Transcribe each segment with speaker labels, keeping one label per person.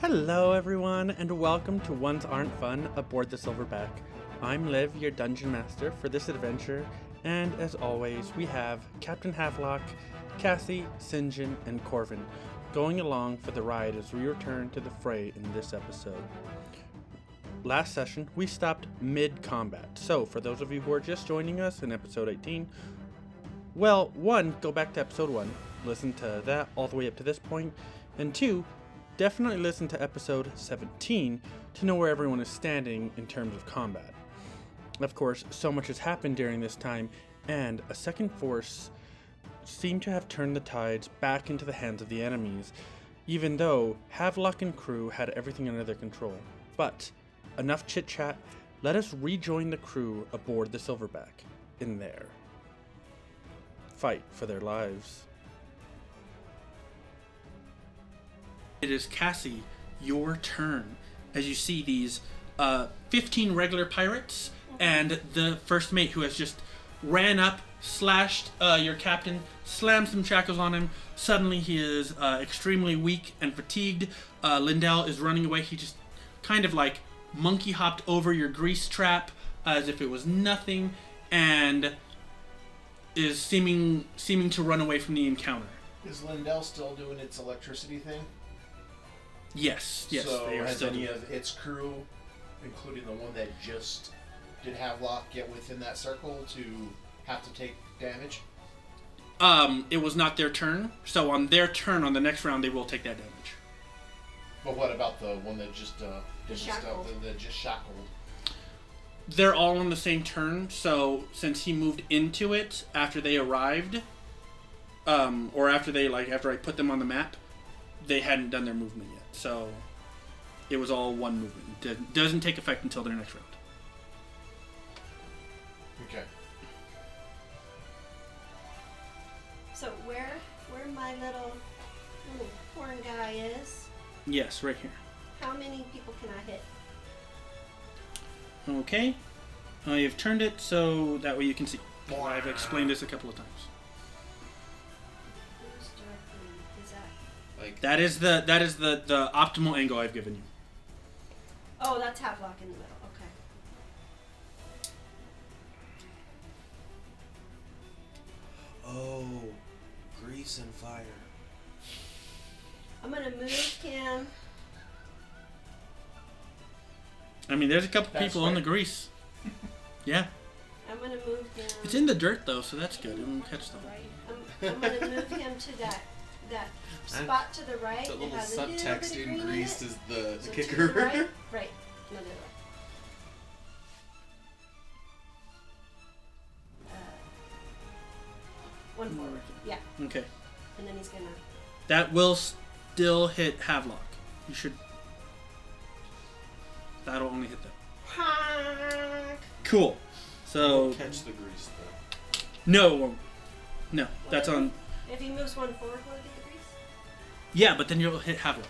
Speaker 1: Hello, everyone, and welcome to Ones Aren't Fun aboard the Silverback. I'm Liv, your dungeon master for this adventure, and as always, we have Captain Havelock, Cassie, Sinjin, and Corvin going along for the ride as we return to the fray in this episode. Last session, we stopped mid combat, so for those of you who are just joining us in episode 18, well, one, go back to episode one, listen to that all the way up to this point, and two, definitely listen to episode 17 to know where everyone is standing in terms of combat. Of course, so much has happened during this time, and a second force seemed to have turned the tides back into the hands of the enemies, even though Havelock and crew had everything under their control. But enough chit chat, let us rejoin the crew aboard the Silverback in there fight for their lives. It is Cassie, your turn. As you see these uh, 15 regular pirates and the first mate who has just ran up, slashed uh, your captain, slammed some shackles on him. Suddenly he is uh, extremely weak and fatigued. Uh, Lindell is running away. He just kind of like monkey hopped over your grease trap uh, as if it was nothing. And is seeming seeming to run away from the encounter.
Speaker 2: Is Lindell still doing its electricity thing?
Speaker 1: Yes, yes,
Speaker 2: so
Speaker 1: they are
Speaker 2: has
Speaker 1: still.
Speaker 2: any of its crew, including the one that just did Havelock, get within that circle to have to take damage?
Speaker 1: Um, it was not their turn, so on their turn on the next round they will take that damage.
Speaker 2: But what about the one that just uh, did the stuff
Speaker 3: Shackled.
Speaker 2: that, that just shackled?
Speaker 1: They're all on the same turn, so since he moved into it after they arrived, um, or after they like after I put them on the map, they hadn't done their movement yet, so it was all one movement. It doesn't- doesn't take effect until their next round.
Speaker 2: Okay.
Speaker 3: So where where my little little horn guy is,
Speaker 1: Yes, right here.
Speaker 3: how many people can I hit?
Speaker 1: Okay. I have turned it so that way you can see. I've explained this a couple of times.
Speaker 3: Who's directly is that?
Speaker 2: Like
Speaker 1: That is the that is the the optimal angle I've given you.
Speaker 3: Oh, that's Havelock in the middle. Okay.
Speaker 4: Oh, grease and fire.
Speaker 3: I'm gonna move him.
Speaker 1: I mean, there's a couple
Speaker 2: That's
Speaker 1: people on the
Speaker 2: fair.
Speaker 1: grease. yeah,
Speaker 3: I'm gonna move him.
Speaker 1: it's in the dirt though, so that's good. It won't catch them.
Speaker 3: I'm, I'm gonna move him to that that
Speaker 4: And
Speaker 3: spot to the right. that
Speaker 4: That little
Speaker 3: has a little bit of
Speaker 4: subtext in
Speaker 3: green
Speaker 4: grease
Speaker 3: it.
Speaker 4: is the,
Speaker 3: So to
Speaker 4: kicker.
Speaker 3: right, right. No, no, no. Uh, One forward. Yeah.
Speaker 1: Okay,
Speaker 3: And then he's gonna.
Speaker 1: that will still hit Havelock. You should. That'll only hit them.
Speaker 3: Honk!
Speaker 1: Cool. So
Speaker 4: Catch the grease though.
Speaker 1: no, it won't. no, that's on.
Speaker 3: If he moves one forward, will it be the grease?
Speaker 1: Yeah, but then you'll hit Havelock.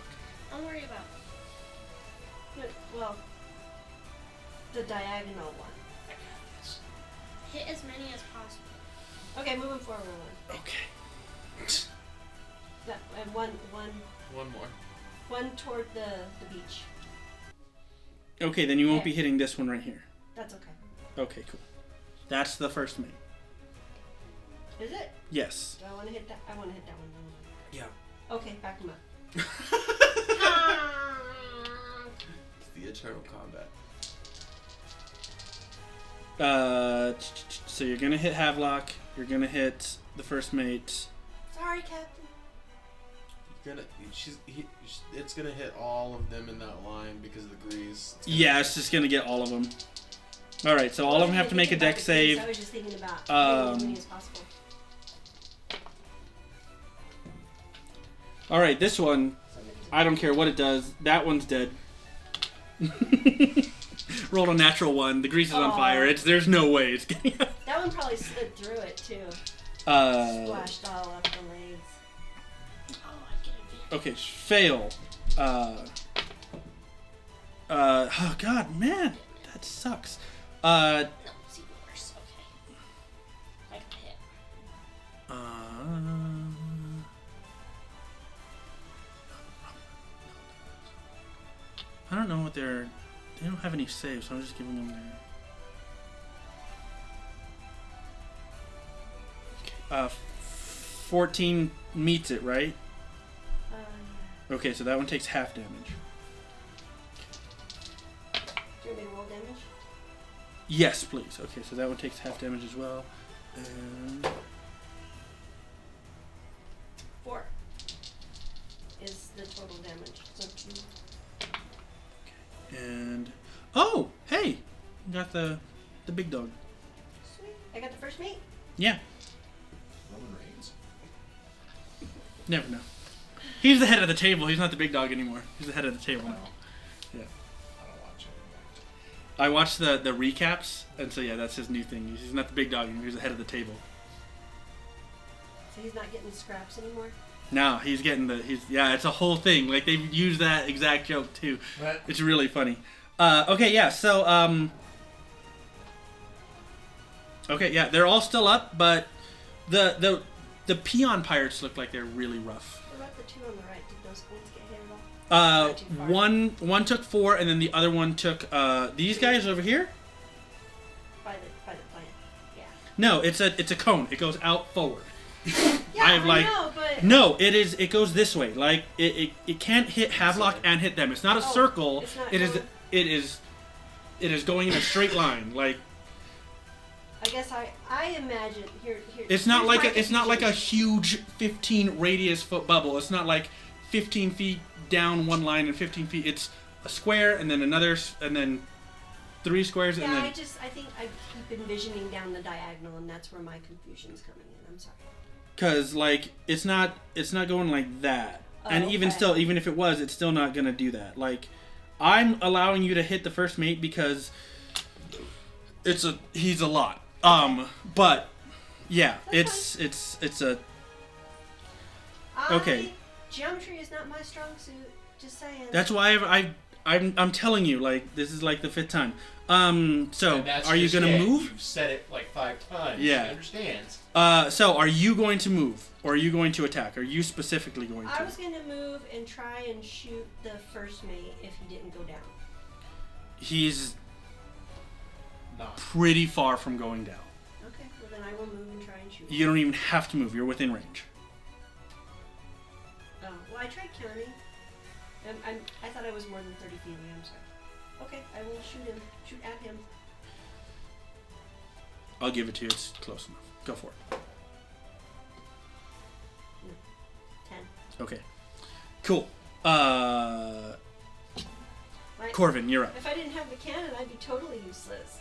Speaker 3: Don't worry about it. But, well, the diagonal one.
Speaker 5: Hit as many as possible.
Speaker 3: Okay, moving forward one.
Speaker 1: Okay.
Speaker 3: That, and one, one,
Speaker 4: One more.
Speaker 3: one toward the, the beach.
Speaker 1: Okay, then you won't be hitting this one right here.
Speaker 3: That's okay.
Speaker 1: Okay, cool. That's the first mate.
Speaker 3: Is it?
Speaker 1: Yes.
Speaker 3: Do I want to hit that? I want to hit that one. don't
Speaker 4: Yeah.
Speaker 3: I? Okay, back him up.
Speaker 4: It's the eternal combat.
Speaker 1: Uh, t- t- t- so you're gonna hit Havelock. You're gonna hit the first mate.
Speaker 3: Sorry, Captain.
Speaker 4: You're gonna. She's. He, sh it's gonna hit all of them in that line because of the grease. It's gonna-
Speaker 1: Yeah, it's just gonna get all of them. All right, so all of them have to make a deck save.
Speaker 3: I was just thinking about hitting as
Speaker 1: Um,
Speaker 3: many as possible.
Speaker 1: All right, this one, I don't care what it does. That one's dead. Rolled a natural one. The grease is on
Speaker 3: Aw.
Speaker 1: fire. It's there's no way it's getting. out.
Speaker 3: That one probably slid through it too.
Speaker 1: Uh,
Speaker 3: Splashed all up the legs.
Speaker 5: Oh, I get advantage.
Speaker 1: okay, fail. Uh, uh, oh god, man, that sucks. Uh,
Speaker 5: No, it's even worse. Okay. I got hit.
Speaker 1: Uh, I don't know what they're. They don't have any saves, so I'm just giving them their. Uh, 14 meets it, right?
Speaker 3: Uh, yeah.
Speaker 1: Okay, so that one takes half damage.
Speaker 3: Do you want me to roll damage?
Speaker 1: Yes, please. Okay, so that one takes half damage as well. And
Speaker 3: Four is the total damage. So two.
Speaker 1: and oh, hey, you got the the big dog.
Speaker 3: Sweet. I got the first mate.
Speaker 1: Yeah,
Speaker 2: Roman Reigns.
Speaker 1: never know. He's the head of the table. He's not the big dog anymore. He's the head of the table now.
Speaker 2: I don't watch it.
Speaker 1: I watched the the recaps, and so yeah, that's his new thing. He's not the big dog anymore. He's the head of the table.
Speaker 3: So he's not getting scraps anymore.
Speaker 1: Now he's getting the he's yeah. It's a whole thing. Like they've used that exact joke too.
Speaker 2: But
Speaker 1: It's really funny. Uh, okay, yeah. So, um, okay, yeah. They're all still up, but the the the peon pirates look like they're really rough.
Speaker 3: What about the two on the right? Did those goons get hit at all?
Speaker 1: Uh,
Speaker 3: Not too far.
Speaker 1: one one took four, and then the other one took uh, these guys over here.
Speaker 3: By the by the plant. Yeah.
Speaker 1: No, it's a it's a cone. It goes out forward.
Speaker 3: Yeah,
Speaker 1: I have, like-
Speaker 3: know, but
Speaker 1: No, it is it goes this way. Like it it, it can't hit Havelock and hit them. It's not a
Speaker 3: Oh,
Speaker 1: circle.
Speaker 3: it's not
Speaker 1: it is
Speaker 3: going-
Speaker 1: it is it is going in a straight line. Like
Speaker 3: I guess I I imagine here here.
Speaker 1: It's not
Speaker 3: here's
Speaker 1: like
Speaker 3: my
Speaker 1: a, it's not like a
Speaker 3: confusion.
Speaker 1: huge 15 radius foot bubble. It's not like 15 feet down one line and 15 feet. It's a square and then another s- and then three squares and
Speaker 3: Yeah,
Speaker 1: then
Speaker 3: I just I think I keep envisioning down the diagonal, and that's where my confusion's coming in. I'm sorry.
Speaker 1: because like it's not it's not going like that.
Speaker 3: Oh,
Speaker 1: and even
Speaker 3: okay.
Speaker 1: still, even if it was, it's still not gonna do that. Like I'm allowing you to hit the first mate because it's a he's a lot. Um, but yeah, it's it's it's a
Speaker 3: I,
Speaker 1: Okay.
Speaker 3: Geometry is not my strong suit. Just saying.
Speaker 1: That's why I've, I, I'm, I'm telling you, like this is like the fifth time. Um, so
Speaker 2: And that's
Speaker 1: are you
Speaker 2: just
Speaker 1: gonna
Speaker 2: it.
Speaker 1: move?
Speaker 2: You've said it like five times.
Speaker 1: Yeah.
Speaker 2: She understands.
Speaker 1: Uh, so are you going to move, or are you going to attack? Are you specifically going
Speaker 3: I
Speaker 1: to?
Speaker 3: was gonna move and try and shoot the first mate if he didn't go down.
Speaker 1: He's
Speaker 2: Not.
Speaker 1: pretty far from going down.
Speaker 3: Okay, well then I will move and try and shoot.
Speaker 1: You don't even have to move. You're within range.
Speaker 3: Oh, well I tried counting. I'm, I'm, I thought I was more than 30 feet away. I'm sorry. Okay, I will shoot him. Shoot at him.
Speaker 1: I'll give it to you. It's close enough. Go for it.
Speaker 3: 10.
Speaker 1: Okay. Cool. Uh,
Speaker 3: My,
Speaker 1: Corvin, you're up.
Speaker 3: if I didn't have the cannon, I'd be totally useless.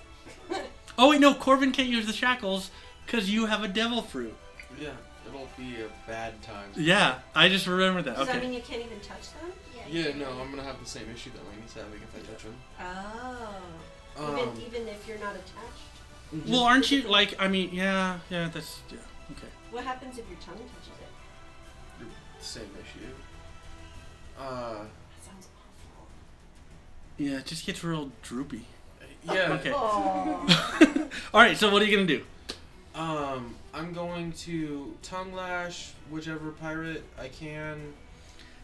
Speaker 1: Oh wait, no, Corvin can't use the shackles because you have a devil fruit.
Speaker 4: Yeah, it'll be a bad time.
Speaker 1: Yeah, I just remembered that.
Speaker 3: Does
Speaker 1: Okay.
Speaker 3: that mean you can't even touch them?
Speaker 4: Yeah, no, I'm gonna have the same issue that Lainey's having if I touch him.
Speaker 3: Oh.
Speaker 4: Um,
Speaker 3: even, even if you're not attached?
Speaker 1: Well, aren't you like? I mean, yeah, yeah. That's yeah. Okay.
Speaker 3: What happens if your tongue touches it?
Speaker 4: same issue. Uh,
Speaker 3: That sounds awful.
Speaker 1: Yeah, it just gets real droopy.
Speaker 4: yeah.
Speaker 1: Okay.
Speaker 3: Oh.
Speaker 1: All right. So what are you gonna do?
Speaker 4: Um, I'm going to tongue lash whichever pirate I can.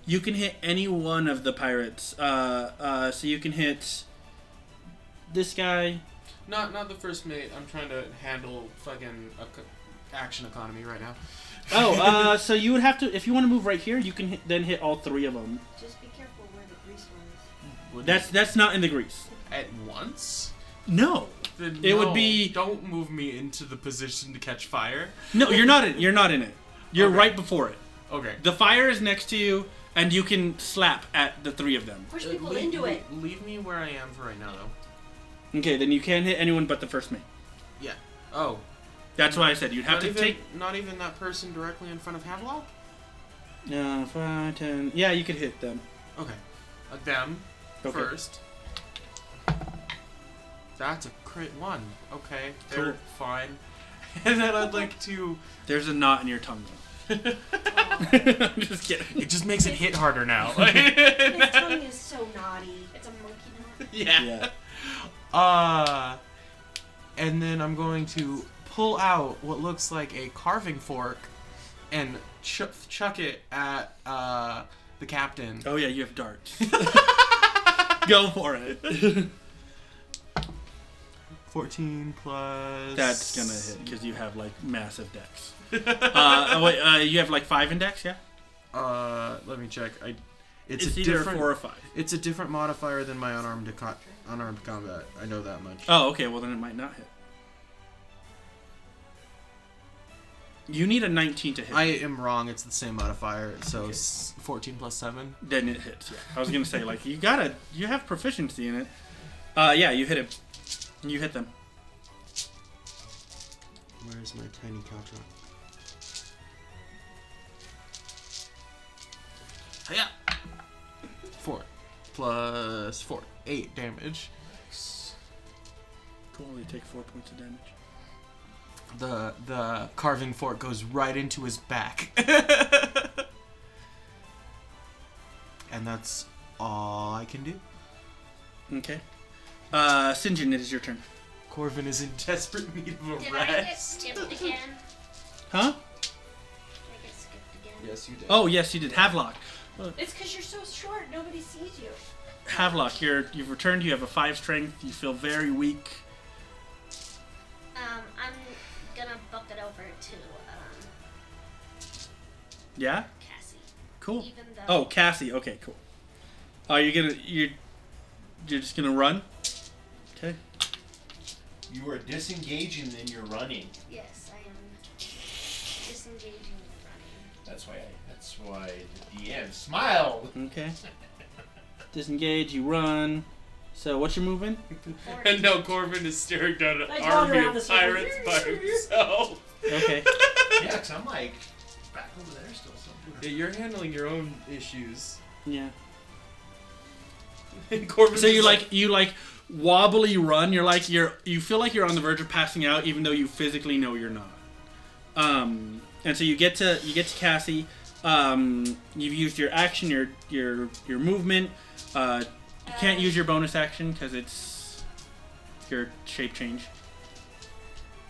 Speaker 1: You can hit any one of the pirates. Uh, uh, so you can hit this guy.
Speaker 4: Not not the first mate. I'm trying to handle fucking eco- action economy right now.
Speaker 1: Oh, uh, so you would have to if you want to move right here. You can hit, then hit all three of them.
Speaker 3: Just be careful where the grease was.
Speaker 4: Would-
Speaker 1: That's that's not in the grease.
Speaker 4: at once.
Speaker 1: No,
Speaker 4: Then
Speaker 1: It would
Speaker 4: no,
Speaker 1: be-
Speaker 4: Don't move me into the position to catch fire.
Speaker 1: no, you're not in. You're not in it. You're
Speaker 4: Okay.
Speaker 1: right before it.
Speaker 4: Okay.
Speaker 1: The fire is next to you, and you can slap at the three of them.
Speaker 3: Push
Speaker 4: Uh,
Speaker 3: people
Speaker 4: leave-
Speaker 3: into it.
Speaker 4: leave- Leave me where I am for right now, though.
Speaker 1: Okay, then you can't hit anyone but the first mate.
Speaker 4: Yeah. Oh.
Speaker 1: That's why I said you'd have
Speaker 4: not
Speaker 1: to
Speaker 4: even,
Speaker 1: take
Speaker 4: Not even that person directly in front of Havelock.
Speaker 1: Uh, five, ten. Yeah, you could hit them.
Speaker 4: Okay. Uh, them
Speaker 1: Okay.
Speaker 4: first. That's a crit one. Okay.
Speaker 1: Cool.
Speaker 4: They're fine. And then I'd like to.
Speaker 1: There's a knot in your tongue. though. I'm just kidding.
Speaker 4: It just makes it hit harder now.
Speaker 3: His tongue is so naughty.
Speaker 5: It's a monkey knot.
Speaker 1: Yeah.
Speaker 4: Uh, and then I'm going to pull out what looks like a carving fork and chu chuck it at uh, the captain.
Speaker 1: Oh yeah, you have darts. Go for it.
Speaker 4: 14 plus.
Speaker 1: That's gonna hit because you have like massive decks. Uh, oh, wait, uh, you have like five in decks, yeah?
Speaker 4: Uh, let me check. I. It's,
Speaker 1: It's,
Speaker 4: a
Speaker 1: either
Speaker 4: different.
Speaker 1: four or five.
Speaker 4: It's a different modifier than my unarmed co- unarmed combat. I know that much.
Speaker 1: Oh, okay. Well, then it might not hit. You need a 19 to hit.
Speaker 4: I am wrong. It's the same modifier. So s 14 plus seven.
Speaker 1: Then it hits. Yeah. I was gonna say like you gotta you have proficiency in it. Uh, yeah, you hit him. You hit them.
Speaker 4: Where is my tiny caltrock? Yeah. Four plus four, eight damage.
Speaker 1: Cool. You take four points of damage.
Speaker 4: The the carving fork goes right into his back. and that's all I can do.
Speaker 1: Okay. Uh, Sinjin, it is your turn.
Speaker 4: Corvin is in desperate need of a
Speaker 5: Did I get
Speaker 4: rest.
Speaker 5: skipped again?
Speaker 1: Huh?
Speaker 5: Did I get skipped again?
Speaker 4: Yes, you did.
Speaker 1: Oh yes, you did. Havelock.
Speaker 3: It's because you're so short, nobody sees you.
Speaker 1: Havelock, you're you've returned. You have a five strength. You feel very weak.
Speaker 5: Um, I'm gonna book it over to um,
Speaker 1: Yeah.
Speaker 5: Cassie.
Speaker 1: Cool.
Speaker 5: Even though.
Speaker 1: Oh, Cassie. Okay, cool. Are you gonna you? You're just gonna run. Okay.
Speaker 2: You are disengaging, then you're running.
Speaker 5: Yes, I am disengaging and running.
Speaker 2: That's why. I, that's why the DM smiled.
Speaker 1: Okay. Disengage. You run. So what's your movement?
Speaker 5: Forty.
Speaker 6: And now Corbin is staring down an
Speaker 3: I told
Speaker 6: army
Speaker 3: her on the
Speaker 6: of
Speaker 3: server.
Speaker 6: pirates by himself.
Speaker 1: Okay.
Speaker 2: Yeah, i I'm like back over there still somewhere.
Speaker 6: Yeah, you're handling your own issues.
Speaker 1: yeah.
Speaker 6: And Corbin
Speaker 1: So you
Speaker 6: is
Speaker 1: like you like wobbly run. You're like you're you feel like you're on the verge of passing out, even though you physically know you're not. Um, and so you get to you get to Cassie. Um, you've used your action, your your your movement. Uh, you can't use your bonus action because it's your shape change.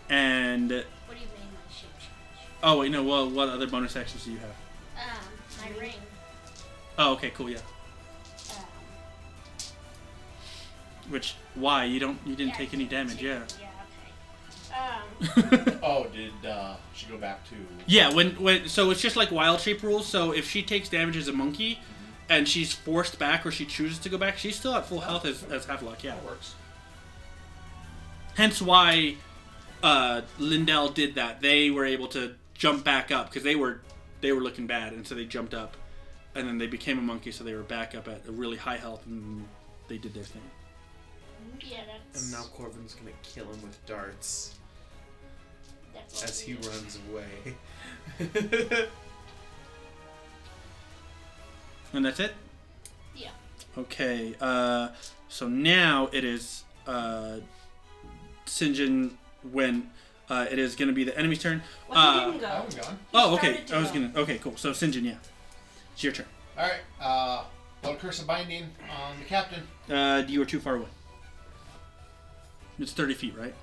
Speaker 1: And
Speaker 5: What do you mean my shape change?
Speaker 1: oh wait, no. Well, what other bonus actions do you have?
Speaker 5: Um, my ring.
Speaker 1: Oh, okay, cool, yeah.
Speaker 5: Um,
Speaker 1: Which why you don't you didn't
Speaker 5: yeah,
Speaker 1: take any damage,
Speaker 5: take-
Speaker 1: yeah.
Speaker 5: Yeah. Okay. Um,
Speaker 2: Oh, did uh, she go back to?
Speaker 1: Yeah, when when so it's just like wild shape rules. So if she takes damage as a monkey, and she's forced back or she chooses to go back, she's still at full health as as Havelock. Yeah.
Speaker 2: That works.
Speaker 1: Hence why uh, Lindell did that. They were able to jump back up because they were they were looking bad, and so they jumped up, and then they became a monkey, so they were back up at a really high health, and they did their thing.
Speaker 5: yeah, that's.
Speaker 6: And now Corbin's gonna kill him with darts
Speaker 5: that's what
Speaker 6: as
Speaker 5: we
Speaker 6: he
Speaker 5: did.
Speaker 6: runs away.
Speaker 1: And that's it.
Speaker 5: Yeah.
Speaker 1: Okay, uh, so now it is uh, Sinjin when uh, it is going to be the enemy's turn.
Speaker 3: Well,
Speaker 1: Uh,
Speaker 3: he didn't
Speaker 2: Oh,
Speaker 3: go.
Speaker 2: I'm gone.
Speaker 3: He
Speaker 1: Oh, okay.
Speaker 3: started
Speaker 1: I was
Speaker 3: go.
Speaker 1: going to. Okay, cool. So Sinjin, yeah, it's your turn.
Speaker 2: All right. Uh, well, curse of binding on the captain.
Speaker 1: Uh, you are too far away. It's thirty feet, right?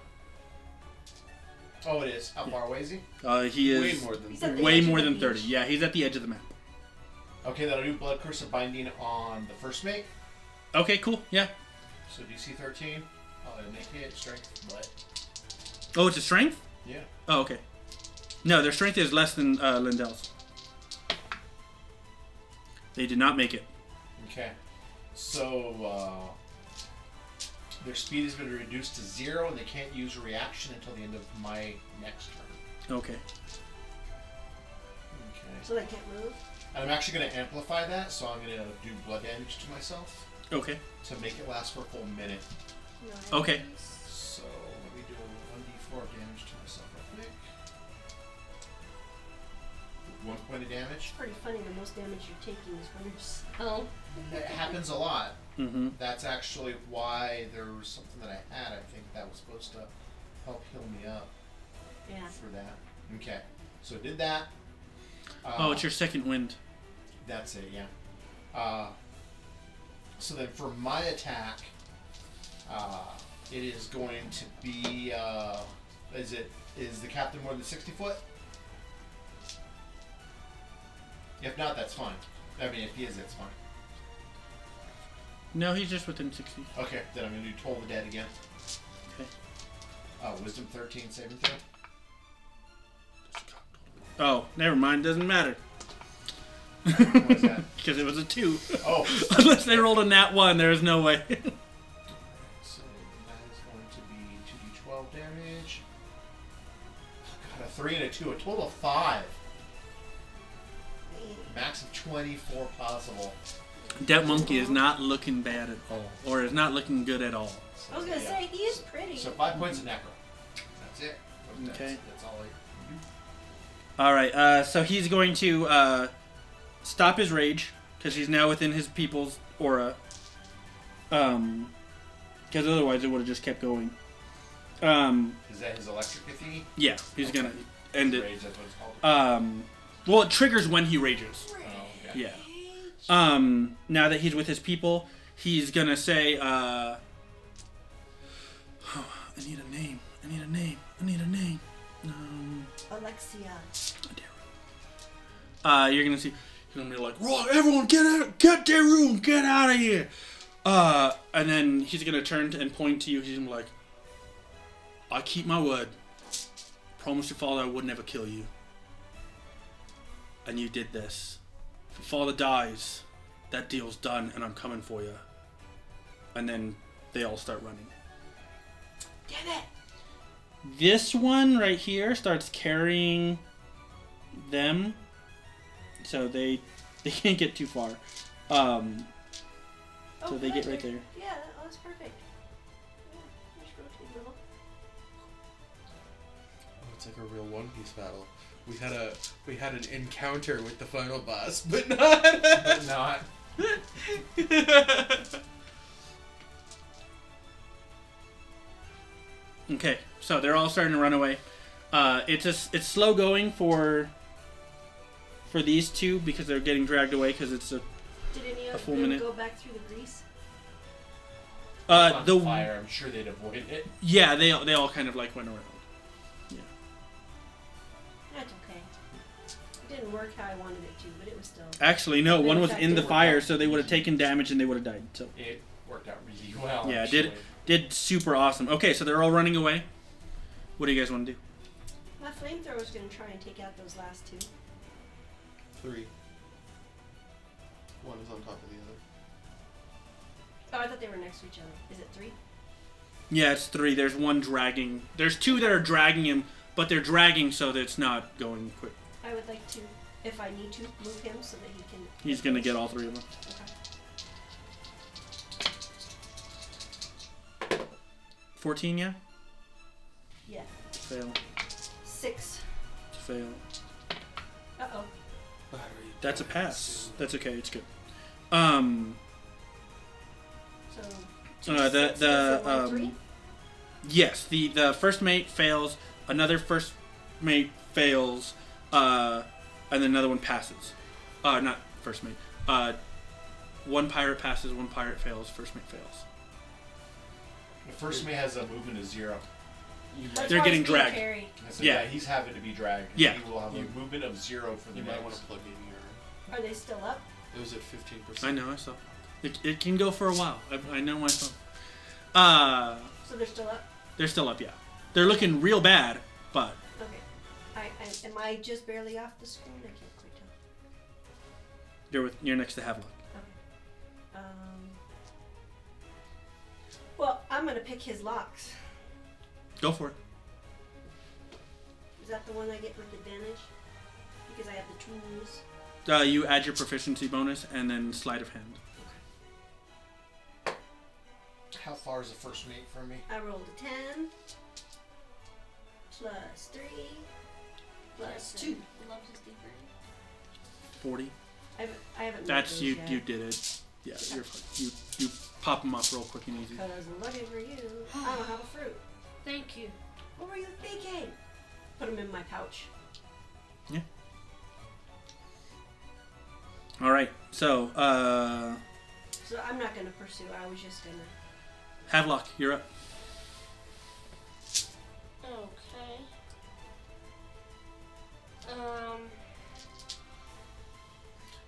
Speaker 2: Oh, it is. How far away is he?
Speaker 1: Uh, he
Speaker 6: Way
Speaker 1: is
Speaker 6: more than
Speaker 3: He's at the
Speaker 1: way
Speaker 3: edge of
Speaker 1: more
Speaker 3: the
Speaker 1: than
Speaker 3: beach.
Speaker 1: thirty. Yeah, he's at the edge of the map.
Speaker 2: Okay, that'll do. Blood curse of binding on the first mate.
Speaker 1: Okay, cool. Yeah.
Speaker 2: So DC 13. Oh, it'll make it strength. But
Speaker 1: Oh, it's a strength.
Speaker 2: yeah.
Speaker 1: Oh, okay. No, their strength is less than uh, Lindell's. They did not make it.
Speaker 2: Okay. So uh, their speed has been reduced to zero, and they can't use a reaction until the end of my next turn.
Speaker 1: Okay.
Speaker 2: Okay.
Speaker 3: So they can't move?
Speaker 2: And I'm actually going to amplify that, so I'm going to do blood damage to myself
Speaker 1: Okay.
Speaker 2: to make it last for a full minute.
Speaker 3: Nice.
Speaker 1: Okay.
Speaker 2: So let me do a 1d4 damage to myself real quick. One point of damage.
Speaker 3: It's pretty funny, the most damage you're taking is from
Speaker 5: Oh,
Speaker 3: yourself.
Speaker 2: It happens a lot.
Speaker 1: Mm-hmm.
Speaker 2: That's actually why there was something that I had, I think, that was supposed to help heal me up
Speaker 3: Yeah.
Speaker 2: for that. Okay. So did that. Uh,
Speaker 1: Oh, it's your second wind.
Speaker 2: That's it, yeah. Uh, so then for my attack, uh, it is going to be. Uh, is it is the captain more than sixty foot? If not, that's fine. I mean, if he is, that's fine.
Speaker 1: No, he's just within 60.
Speaker 2: Okay, then I'm gonna do toll the dead again.
Speaker 1: Okay.
Speaker 2: Uh, wisdom 13 saving throw.
Speaker 1: Oh, never mind. Doesn't matter.
Speaker 2: was that?
Speaker 1: Because it was a 2.
Speaker 2: Oh,
Speaker 1: Unless they rolled a nat 1, there is no way.
Speaker 2: so that is going to be 2d12 damage. God, a three and a two, a total of five. Max of 24 possible.
Speaker 1: that monkey is not looking bad at all. Or is not looking good at all.
Speaker 3: I was gonna
Speaker 2: Yeah.
Speaker 3: say he is pretty.
Speaker 2: So five points of necro. That's it. That's,
Speaker 1: Okay.
Speaker 2: That's all I.
Speaker 1: All right. Uh, so he's going to uh, stop his rage because he's now within his people's aura. Um, because otherwise it would have just kept going. Um,
Speaker 2: Is that his electricity?
Speaker 1: yeah, he's gonna end it.
Speaker 2: Rage, that's what it's called.
Speaker 1: Um, well, it triggers when he rages.
Speaker 2: oh, okay.
Speaker 1: Yeah. Um, now that he's with his people, he's gonna say, uh, I need a name. I need a name. I need a name. Um,
Speaker 3: Alexia.
Speaker 1: Uh, you're gonna see. You're gonna be like, "Rock, everyone, get out, get Daru, get out of here!" Uh, and then he's gonna turn and point to you. He's gonna be like, "I keep my word. Promised your father I would never kill you, and you did this. If your father dies, that deal's done, and I'm coming for you." And then they all start running.
Speaker 3: Damn it!
Speaker 1: This one right here starts carrying them, so they they can't get too far. Um,
Speaker 3: Oh,
Speaker 1: so they get
Speaker 3: good.
Speaker 1: right there.
Speaker 3: Yeah, that, oh, that's perfect. Yeah, just rotate a little.
Speaker 6: Oh, it's like a real One Piece battle. We had a we had an encounter with the final boss, but not.
Speaker 2: But
Speaker 1: Uh,
Speaker 2: not.
Speaker 1: Okay, so they're all starting to run away. Uh, it's a, s- it's slow going for for these two because they're getting dragged away because it's a
Speaker 3: Did any
Speaker 1: A
Speaker 3: of
Speaker 1: full
Speaker 3: them
Speaker 1: minute.
Speaker 3: go back through the grease?
Speaker 1: uh, the
Speaker 2: fire. I'm sure they'd avoid it.
Speaker 1: yeah they all- they all kind of like went around.
Speaker 3: That's okay. It didn't work how I wanted it to, but it was still.
Speaker 1: Actually, no,
Speaker 3: They
Speaker 1: one was
Speaker 3: attacked
Speaker 1: in the
Speaker 3: him.
Speaker 1: fire, so they would have taken damage and they would have died. So
Speaker 2: It worked out really well.
Speaker 1: Yeah, it did.
Speaker 2: actually.
Speaker 1: did super awesome. Okay, so they're all running away. What do you guys want to do?
Speaker 3: My flamethrower's gonna try and take out those last two.
Speaker 6: Three. One is on top of the other.
Speaker 3: Oh, I thought they were next to each other. Is it three?
Speaker 1: Yeah, it's three. There's one dragging. There's two that are dragging him, but they're dragging so that it's not going quick.
Speaker 3: I would like to, if I need to, move him so that he can.
Speaker 1: He's gonna get all three of them.
Speaker 3: Okay.
Speaker 1: 14, yeah?
Speaker 3: Yeah.
Speaker 1: Fail.
Speaker 3: Six.
Speaker 1: Fail.
Speaker 3: Uh oh.
Speaker 1: That's a pass. That's okay. It's good. Um,
Speaker 3: So.
Speaker 1: uh, the,
Speaker 3: six,
Speaker 1: the,
Speaker 3: so one, three?
Speaker 1: um, yes, the, the first mate fails, another first mate fails, uh, and then another one passes. Uh, not first mate. Uh, one pirate passes, one pirate fails, first mate fails.
Speaker 2: The first mate has a movement of zero.
Speaker 3: That's
Speaker 1: They're
Speaker 3: why
Speaker 1: getting
Speaker 3: it's being
Speaker 1: dragged.
Speaker 3: carried.
Speaker 2: So,
Speaker 1: Yeah.
Speaker 2: yeah. he's having to be dragged.
Speaker 1: Yeah.
Speaker 2: He will have
Speaker 6: You-
Speaker 2: a movement of zero for the
Speaker 6: You
Speaker 2: next.
Speaker 6: might want to plug in your.
Speaker 3: Are they still up?
Speaker 6: It was at fifteen percent.
Speaker 1: I know, I saw. It, it can go for a while. I, I know myself. Uh,
Speaker 3: So they're still up.
Speaker 1: they're still up, yeah. They're looking real bad, but
Speaker 3: Okay. I, I am I just barely off the screen? I can't quite tell.
Speaker 1: you're with you're next to Havelock.
Speaker 3: Okay. Um. Well, I'm gonna pick his locks.
Speaker 1: Go for it.
Speaker 3: Is that the one I get with advantage? Because I have the tools.
Speaker 1: Uh, you add your proficiency bonus and then sleight of hand.
Speaker 2: How far is the first mate from me?
Speaker 3: I rolled a ten. Plus three. Plus two.
Speaker 5: Love is deeper.
Speaker 1: Forty.
Speaker 3: I haven't, I haven't. made
Speaker 1: That's
Speaker 3: those
Speaker 1: you.
Speaker 3: yet.
Speaker 1: You did it. Yeah, you're fine. You you pop them up real quick and easy.
Speaker 3: Cause I'm looking for you. I don't have a fruit.
Speaker 5: Thank you.
Speaker 3: What were you thinking? Put them in my pouch.
Speaker 1: All right. So uh,
Speaker 3: So I'm not gonna pursue. I was just gonna.
Speaker 1: Havelock, you're up.
Speaker 5: Okay. Um.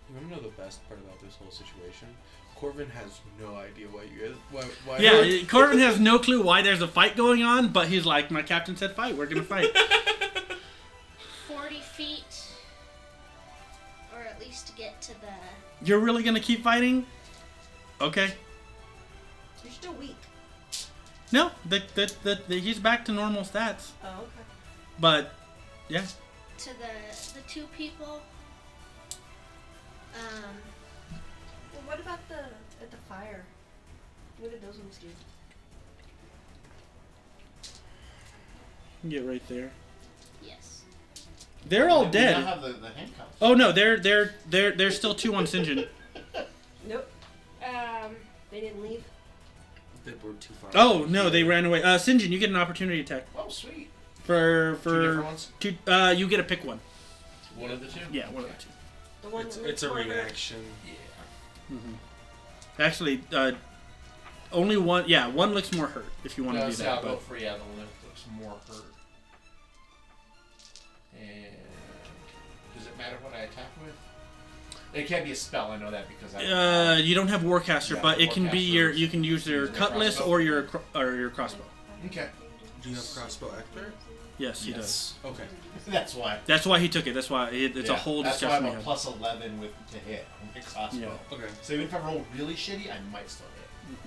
Speaker 6: You want to know the best part about this whole situation? Of Corvin has no idea why you guys. Why, why
Speaker 1: Yeah, Corbin has no clue why there's a fight going on, but he's like, my captain said fight, we're gonna fight.
Speaker 5: 40 feet. Or at least to get to the.
Speaker 1: You're really gonna keep fighting? Okay.
Speaker 3: You're still weak.
Speaker 1: No, the, the, the, the, he's back to normal stats,
Speaker 3: Oh, okay.
Speaker 1: but yeah.
Speaker 5: to the, the two people. Um,
Speaker 3: Well, what about the at the fire? What did those ones do?
Speaker 1: Get right there.
Speaker 5: yes.
Speaker 1: They're all
Speaker 2: We now
Speaker 1: dead.
Speaker 2: have the, the handcuffs.
Speaker 1: Oh no, they're they're they're there's still two on Sinjin.
Speaker 3: Nope. Um, they didn't leave.
Speaker 6: That we're too far.
Speaker 1: Oh no, they ran away. Uh, Sinjin, you get an opportunity attack
Speaker 2: Oh, sweet.
Speaker 1: for
Speaker 2: Two different
Speaker 1: for
Speaker 2: ones.
Speaker 1: two. Uh, you get to pick one.
Speaker 2: One of the two.
Speaker 1: Yeah, one of the two.
Speaker 3: The one
Speaker 6: It's,
Speaker 3: that
Speaker 6: it's a
Speaker 3: looked forward.
Speaker 6: reaction.
Speaker 1: Actually, uh, only one. Yeah, one looks more hurt if you want to
Speaker 2: No,
Speaker 1: do
Speaker 2: so
Speaker 1: that.
Speaker 2: I'll go
Speaker 1: But
Speaker 2: for yeah, the one that looks more hurt. And does it matter what I attack with? It can't be a spell. I know that because
Speaker 1: uh,
Speaker 2: I.
Speaker 1: you don't have Warcaster,
Speaker 2: Yeah,
Speaker 1: but it can be
Speaker 2: Warcaster
Speaker 1: your.
Speaker 2: is-
Speaker 1: You can use your
Speaker 2: is a
Speaker 1: cutlass
Speaker 2: crossbow.
Speaker 1: or your cro- or your crossbow.
Speaker 2: okay.
Speaker 6: Do you have crossbow actor?
Speaker 1: Yes, he does.
Speaker 6: Okay.
Speaker 2: That's why.
Speaker 1: That's why he took it. That's why it, it's a
Speaker 2: Yeah.
Speaker 1: whole
Speaker 2: That's why
Speaker 1: discussion.
Speaker 2: I'm
Speaker 1: we
Speaker 2: a
Speaker 1: have.
Speaker 2: plus eleven with to hit on my crossbow.
Speaker 1: Yeah.
Speaker 6: Okay.
Speaker 2: So even if I roll really shitty, I might still hit.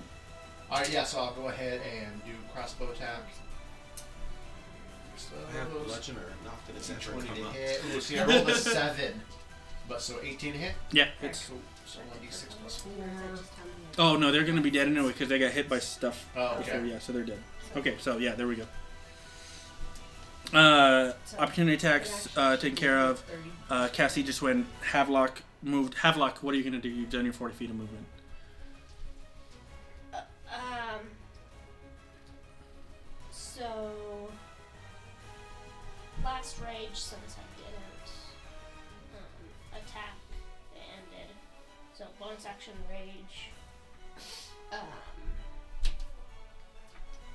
Speaker 2: All right, yeah. So I'll go ahead and do crossbow attack. So
Speaker 6: I have legend or not that it's ever
Speaker 2: 20 to
Speaker 6: come up.
Speaker 2: hit. Ooh, see, I rolled a seven, but so 18 to hit.
Speaker 1: Yeah, it's.
Speaker 2: Cool. So 1d6 plus four.
Speaker 3: Or is that just how many?
Speaker 1: Oh no, they're gonna be dead anyway because they got hit by stuff. uh,
Speaker 2: Oh,
Speaker 1: before.
Speaker 2: okay.
Speaker 1: Yeah, so they're dead. Okay, so yeah, there we go. Uh,
Speaker 3: So-
Speaker 1: opportunity attacks uh, taken care of.
Speaker 3: 30.
Speaker 1: Uh, Cassie just went. Havelock moved. Havelock, what are you gonna do? You've done your forty feet of movement.
Speaker 5: Uh, um. So. Last rage, since I didn't um, attack, it ended. So bonus action rage. Um.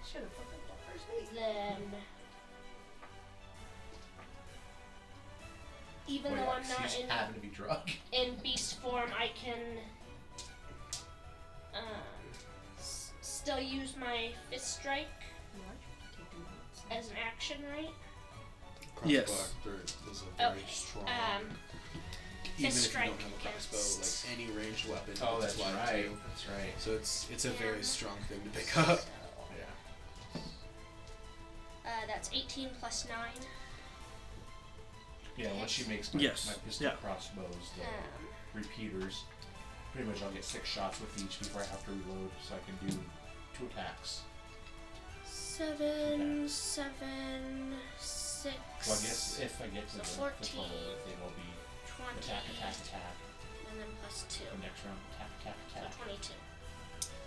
Speaker 3: Should have fucking done first week.
Speaker 5: Then. Even
Speaker 2: Well,
Speaker 5: though
Speaker 2: yeah,
Speaker 5: I'm
Speaker 2: 'cause
Speaker 5: not
Speaker 2: he's
Speaker 5: in
Speaker 2: having to be drugged.
Speaker 5: in beast form, I can um, s- still use my fist strike as an action, right?
Speaker 6: Crossbow
Speaker 1: Yes.
Speaker 6: actor is a very
Speaker 5: Okay,
Speaker 6: strong.
Speaker 5: Um,
Speaker 6: even
Speaker 5: fist
Speaker 6: if you don't
Speaker 5: strike
Speaker 6: have a
Speaker 5: against-
Speaker 6: crossbow, like any ranged weapon.
Speaker 2: Oh,
Speaker 6: it's
Speaker 2: that's
Speaker 6: wide
Speaker 2: right.
Speaker 6: too.
Speaker 2: That's right.
Speaker 6: So it's it's a
Speaker 5: Yeah.
Speaker 6: very strong thing to pick up.
Speaker 2: Yeah.
Speaker 5: uh, that's 18 plus 9.
Speaker 2: Yeah, once she makes my,
Speaker 1: Yes.
Speaker 2: my pistol
Speaker 1: Yeah.
Speaker 2: crossbows, the
Speaker 5: Um,
Speaker 2: repeaters, pretty much I'll get six shots with each before I have to reload, so I can do two attacks.
Speaker 5: 7, 7, 6.
Speaker 2: Well, I guess if I get to the, the
Speaker 5: Fourteen.
Speaker 2: level, it'll be
Speaker 5: 20.
Speaker 2: attack, attack, attack,
Speaker 5: And then plus 2.
Speaker 2: and next round attack, attack,
Speaker 5: So
Speaker 2: attack,
Speaker 5: 22.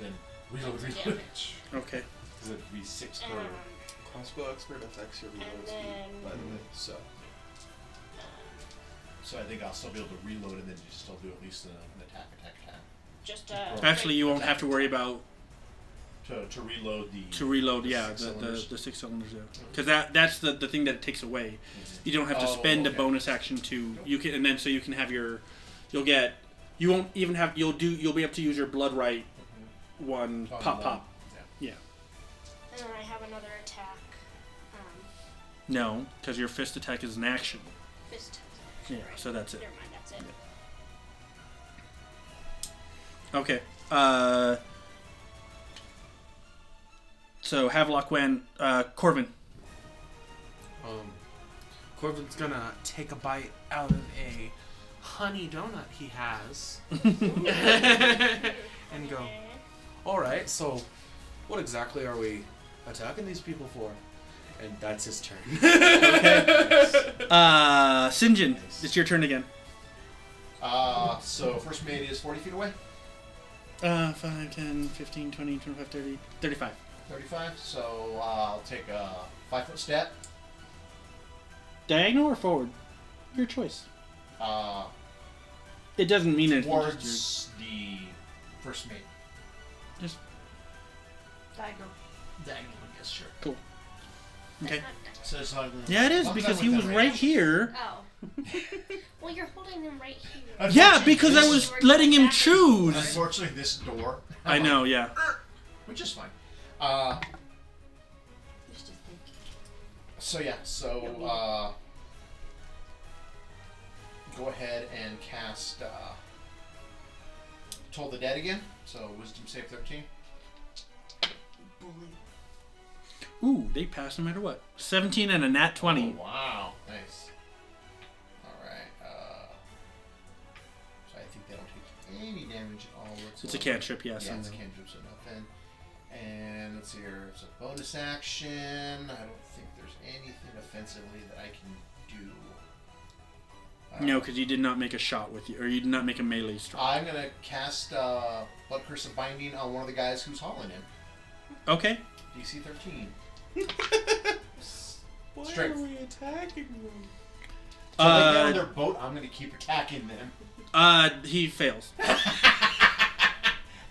Speaker 2: then reload,
Speaker 5: points of
Speaker 2: reload.
Speaker 5: damage.
Speaker 1: Okay.
Speaker 2: Because it'd be six per.
Speaker 5: Um,
Speaker 6: Crossbow expert affects your
Speaker 5: And
Speaker 6: reload
Speaker 5: then-
Speaker 6: speed, by the way. So
Speaker 5: um,
Speaker 2: So I think I'll still be able to reload and then just still do at least an, an attack, attack, attack.
Speaker 5: just uh,
Speaker 1: Actually, you won't have to worry about
Speaker 2: To, to reload the.
Speaker 1: to reload. Yeah,
Speaker 2: Six
Speaker 1: the, the,
Speaker 2: cylinders.
Speaker 1: the six cylinders. Yeah, because that that's the, the thing that it takes away. You don't have to
Speaker 2: Oh,
Speaker 1: spend a
Speaker 2: okay.
Speaker 1: bonus action to you can, and then so you can have your, you'll get, you won't even have you'll do you'll be able to use your blood right one
Speaker 2: Mm-hmm. On
Speaker 1: pop
Speaker 2: the-
Speaker 1: pop. Yeah.
Speaker 2: Yeah.
Speaker 5: And then I have another attack. Um,
Speaker 1: No, because your fist attack is an action.
Speaker 5: fist attack.
Speaker 1: Yeah.
Speaker 5: Right.
Speaker 1: So that's it.
Speaker 5: Never mind, that's it.
Speaker 1: Okay. Uh. So Havelock went. Uh, Corvin.
Speaker 4: Um, Corbin's gonna take a bite out of a honey donut he has and go,
Speaker 5: Okay.
Speaker 4: Alright, so what exactly are we attacking these people for?
Speaker 6: and that's his turn.
Speaker 1: Uh, Sinjin,
Speaker 6: Nice.
Speaker 1: it's your turn again.
Speaker 2: Uh, so first mate is 40 feet away,
Speaker 1: Uh, 5, 10, 15, 20, 25, 30, 35.
Speaker 2: 35. So I'll take a five foot step.
Speaker 1: Diagonal or forward? Your choice.
Speaker 2: Uh,
Speaker 1: It doesn't mean anything. just
Speaker 2: towards the first mate.
Speaker 1: your- Just,
Speaker 3: Diagonal.
Speaker 2: Diagonal, yes, sure.
Speaker 1: cool. Okay.
Speaker 2: So it's like,
Speaker 1: Yeah, it is
Speaker 2: I'm done
Speaker 1: because
Speaker 2: with
Speaker 1: he
Speaker 2: that
Speaker 1: was
Speaker 2: right
Speaker 1: right
Speaker 2: now.
Speaker 1: here.
Speaker 5: Oh, Well, you're holding them right here.
Speaker 1: Yeah, because I
Speaker 2: This-
Speaker 1: was letting him choose.
Speaker 2: Unfortunately, this door.
Speaker 1: I know, yeah.
Speaker 2: Which is fine. Uh,
Speaker 3: Just a think.
Speaker 2: so yeah, so uh, go ahead and cast uh, Toll the Dead again. So Wisdom save thirteen.
Speaker 3: Bully.
Speaker 1: Ooh, they pass no matter what. 17 and a nat 20.
Speaker 2: Oh, wow. Nice. All right. Uh, so I think they don't take any damage at all. Whatsoever.
Speaker 1: It's a cantrip, yes.
Speaker 2: Yeah,
Speaker 1: I
Speaker 2: it's a
Speaker 1: know.
Speaker 2: cantrip, so nothing. And let's see here. It's a bonus action. I don't think there's anything offensively that I can do. Uh,
Speaker 1: No, because you did not make a shot with you, or you did not make a melee strike.
Speaker 2: I'm gonna cast uh, Blood Curse of Binding on one of the guys who's hauling him.
Speaker 1: Okay.
Speaker 2: DC 13.
Speaker 4: Why
Speaker 2: Strength.
Speaker 4: are we attacking them?
Speaker 2: So like they're on
Speaker 1: Uh,
Speaker 2: their boat. I'm gonna keep attacking them.
Speaker 1: uh, he fails.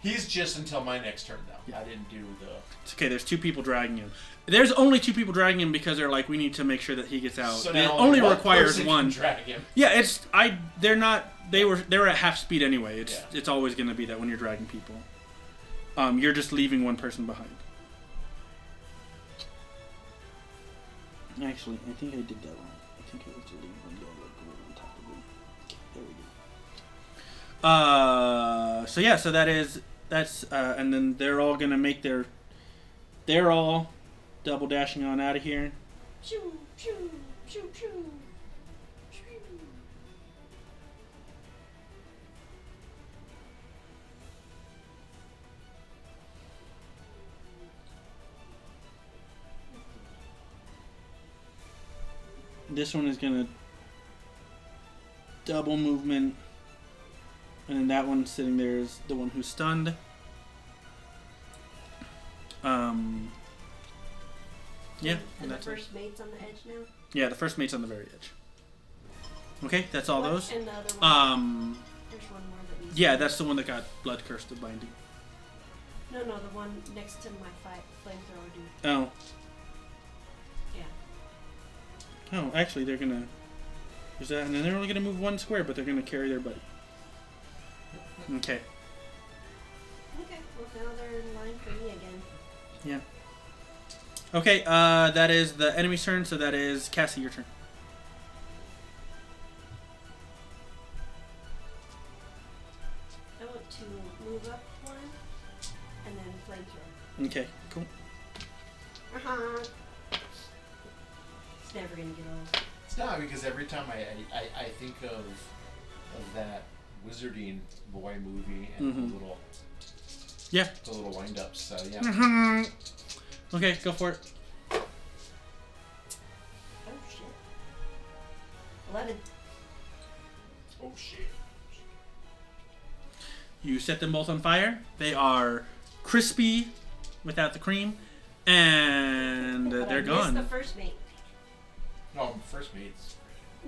Speaker 2: He's just until my next turn though. I didn't do the.
Speaker 1: It's okay. There's two people dragging him. There's only two people dragging him because they're like, we need to make sure that he gets out.
Speaker 2: So
Speaker 1: it
Speaker 2: now
Speaker 1: only
Speaker 2: one
Speaker 1: requires
Speaker 2: person can
Speaker 1: one.
Speaker 2: Drag him.
Speaker 1: yeah, it's I. They're not. They were. They were at half speed anyway. It's.
Speaker 2: Yeah.
Speaker 1: It's always going to be that when you're dragging people. Um, you're just leaving one person behind. Actually, I think I did that wrong. I think I was leaving one guy like right on top of him. There we go. Uh, so yeah, so that is that's uh, and then they're all gonna make their. They're all double dashing on out of here.
Speaker 5: Shoo, shoo, shoo, shoo. Shoo.
Speaker 1: This one is gonna double movement, and then that one sitting there is the one who's stunned. Um. Yeah,
Speaker 3: And the
Speaker 1: that's it.
Speaker 3: first mate's on the edge now.
Speaker 1: yeah. The first mate's on the very edge. Okay, that's all
Speaker 3: What-
Speaker 1: those.
Speaker 3: And the other one.
Speaker 1: Um.
Speaker 3: There's one more that needs.
Speaker 1: Yeah, that's the one that got blood cursed to binding.
Speaker 3: No, no, the one next to my fi- flamethrower dude.
Speaker 1: Oh.
Speaker 3: Yeah.
Speaker 1: Oh, actually, they're gonna. Is that and then they're only gonna move one square, but they're gonna carry their buddy. Okay.
Speaker 3: Okay, well now they're in line for me again.
Speaker 1: Okay, uh, that is the enemy's turn, so that is Cassie, your turn.
Speaker 3: I want to move up one and then flamethrower.
Speaker 1: Okay, cool.
Speaker 3: Uh huh. It's never gonna get old.
Speaker 2: It's not because every time I I, I think of of that wizarding boy movie and
Speaker 1: Mhm.
Speaker 2: the little
Speaker 1: Yeah.
Speaker 2: the little wind ups. So yeah.
Speaker 3: Mm-hmm.
Speaker 1: Okay, go for it.
Speaker 3: Oh shit. Eleven.
Speaker 1: Mm-hmm.
Speaker 2: oh shit.
Speaker 1: You set them both on fire. They are crispy without the cream, and uh,
Speaker 3: But Oh, I
Speaker 1: they're
Speaker 3: missed
Speaker 1: gone.
Speaker 3: the first mate.
Speaker 2: No, first mate. It's,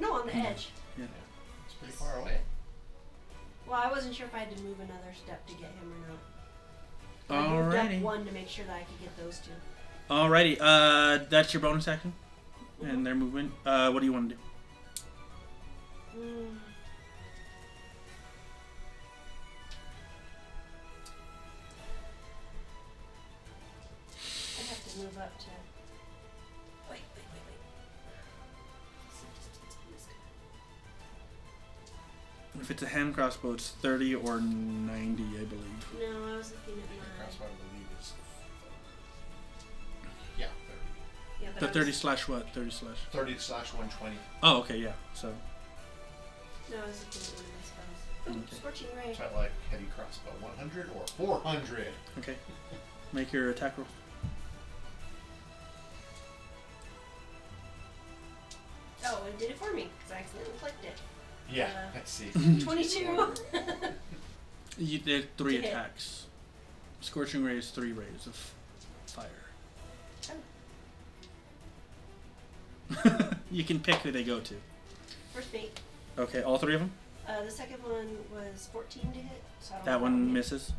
Speaker 3: No, on the edge.
Speaker 2: it's pretty far away.
Speaker 3: Well, I wasn't sure if I had to move another step to get him or not. I moved up
Speaker 1: Alrighty.
Speaker 3: one to make sure that I could get those two.
Speaker 1: Alrighty. Uh, that's your bonus action, and their movement. Uh, what do you want to do?
Speaker 3: Mm. I have to move up to. Wait, wait, wait, wait. Some distance on this guy.
Speaker 1: If it's a hand crossbow, it's thirty or ninety, I believe.
Speaker 3: No, I was looking
Speaker 2: I think
Speaker 3: at
Speaker 2: the
Speaker 3: nine.
Speaker 2: crossbow, I believe, is. Yeah,
Speaker 3: Yeah, but
Speaker 1: The
Speaker 3: I
Speaker 1: thirty
Speaker 3: was-
Speaker 1: slash what? Thirty slash.
Speaker 2: 30, 30 slash 120.
Speaker 1: Oh, okay, yeah. So
Speaker 3: No, I was looking at one of my spells. Ooh,
Speaker 1: Okay.
Speaker 3: Scorching ray.
Speaker 2: So I like heavy crossbow 100 or 400.
Speaker 1: okay, make your attack roll.
Speaker 3: Oh, it did it for me because I accidentally clicked it.
Speaker 2: Yeah, I
Speaker 3: Yeah.
Speaker 2: see.
Speaker 1: Hmm.
Speaker 3: Twenty-two.
Speaker 1: You did three
Speaker 3: To hit.
Speaker 1: attacks. Scorching ray is three rays of fire. you can pick who they go to.
Speaker 3: First mate.
Speaker 1: Okay, all three of them.
Speaker 3: Uh, the second one was 14 to hit. So I don't know
Speaker 1: That
Speaker 3: if
Speaker 1: one
Speaker 3: hit.
Speaker 1: misses.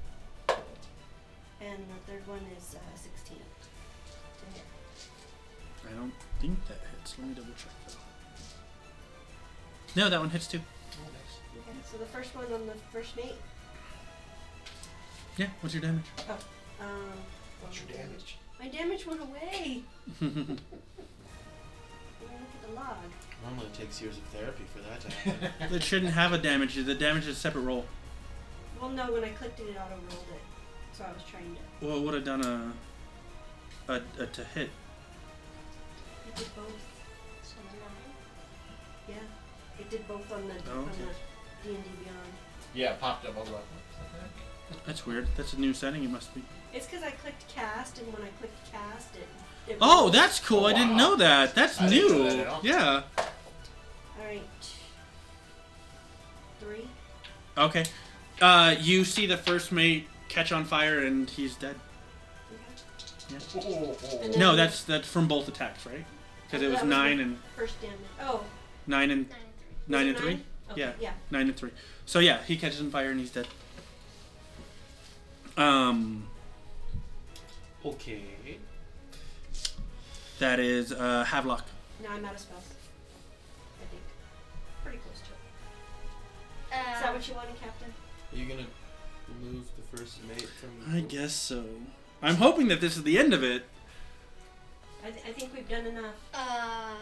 Speaker 3: And the third one is uh, 16 to hit.
Speaker 1: I don't think that hits. Let me double check though. No, that one hits too.
Speaker 2: Oh, nice.
Speaker 3: Okay, so the first one on the first mate.
Speaker 1: Yeah, what's your damage?
Speaker 3: Um,
Speaker 2: What's your damage?
Speaker 3: My damage went away.
Speaker 1: That's
Speaker 3: When I look at the log.
Speaker 6: Normally it takes years of therapy for that to happen.
Speaker 1: It shouldn't have a damage. The damage is a separate roll.
Speaker 3: Well, no, when I clicked it, it auto rolled it. So I was trying to.
Speaker 1: Well, it would have done a, a, a to hit.
Speaker 3: It did both.
Speaker 5: So nine.
Speaker 3: Yeah, it did both on the
Speaker 1: Oh,
Speaker 3: on
Speaker 1: okay.
Speaker 3: the D and D Beyond.
Speaker 2: Yeah, it popped up. I was like, what the heck?
Speaker 1: That's weird. That's a new setting. It must be.
Speaker 3: It's because I clicked cast, and when I clicked cast, it. it
Speaker 1: Oh,
Speaker 3: rolled.
Speaker 1: that's cool. I didn't
Speaker 2: Wow.
Speaker 1: know that. That's
Speaker 2: I
Speaker 1: new.
Speaker 2: didn't know that at all.
Speaker 1: yeah.
Speaker 3: All right. Three.
Speaker 1: Okay. Uh, you see the first mate catch on fire and he's dead.
Speaker 3: Okay.
Speaker 2: Oh, oh,
Speaker 3: And
Speaker 2: oh.
Speaker 3: then-
Speaker 1: No, that's that's from both attacks, right? Because it was
Speaker 3: That was
Speaker 1: nine
Speaker 3: the-
Speaker 1: and
Speaker 3: First damage. Oh. was
Speaker 1: nine and
Speaker 5: Nine and three.
Speaker 1: nine
Speaker 3: it
Speaker 1: and three.
Speaker 3: Okay,
Speaker 1: Yeah.
Speaker 3: Yeah.
Speaker 1: Nine and three. So yeah, he catches on fire and he's dead. Um,
Speaker 6: okay.
Speaker 1: that is uh, Havelock.
Speaker 3: Now I'm out of spells. I think. Pretty close to it. Is that
Speaker 5: Uh,
Speaker 3: what you wanted, Captain?
Speaker 6: Are you gonna remove the first mate from?
Speaker 1: I guess so. I'm hoping that this is the end of it.
Speaker 3: I, th- I think we've done enough.
Speaker 5: um,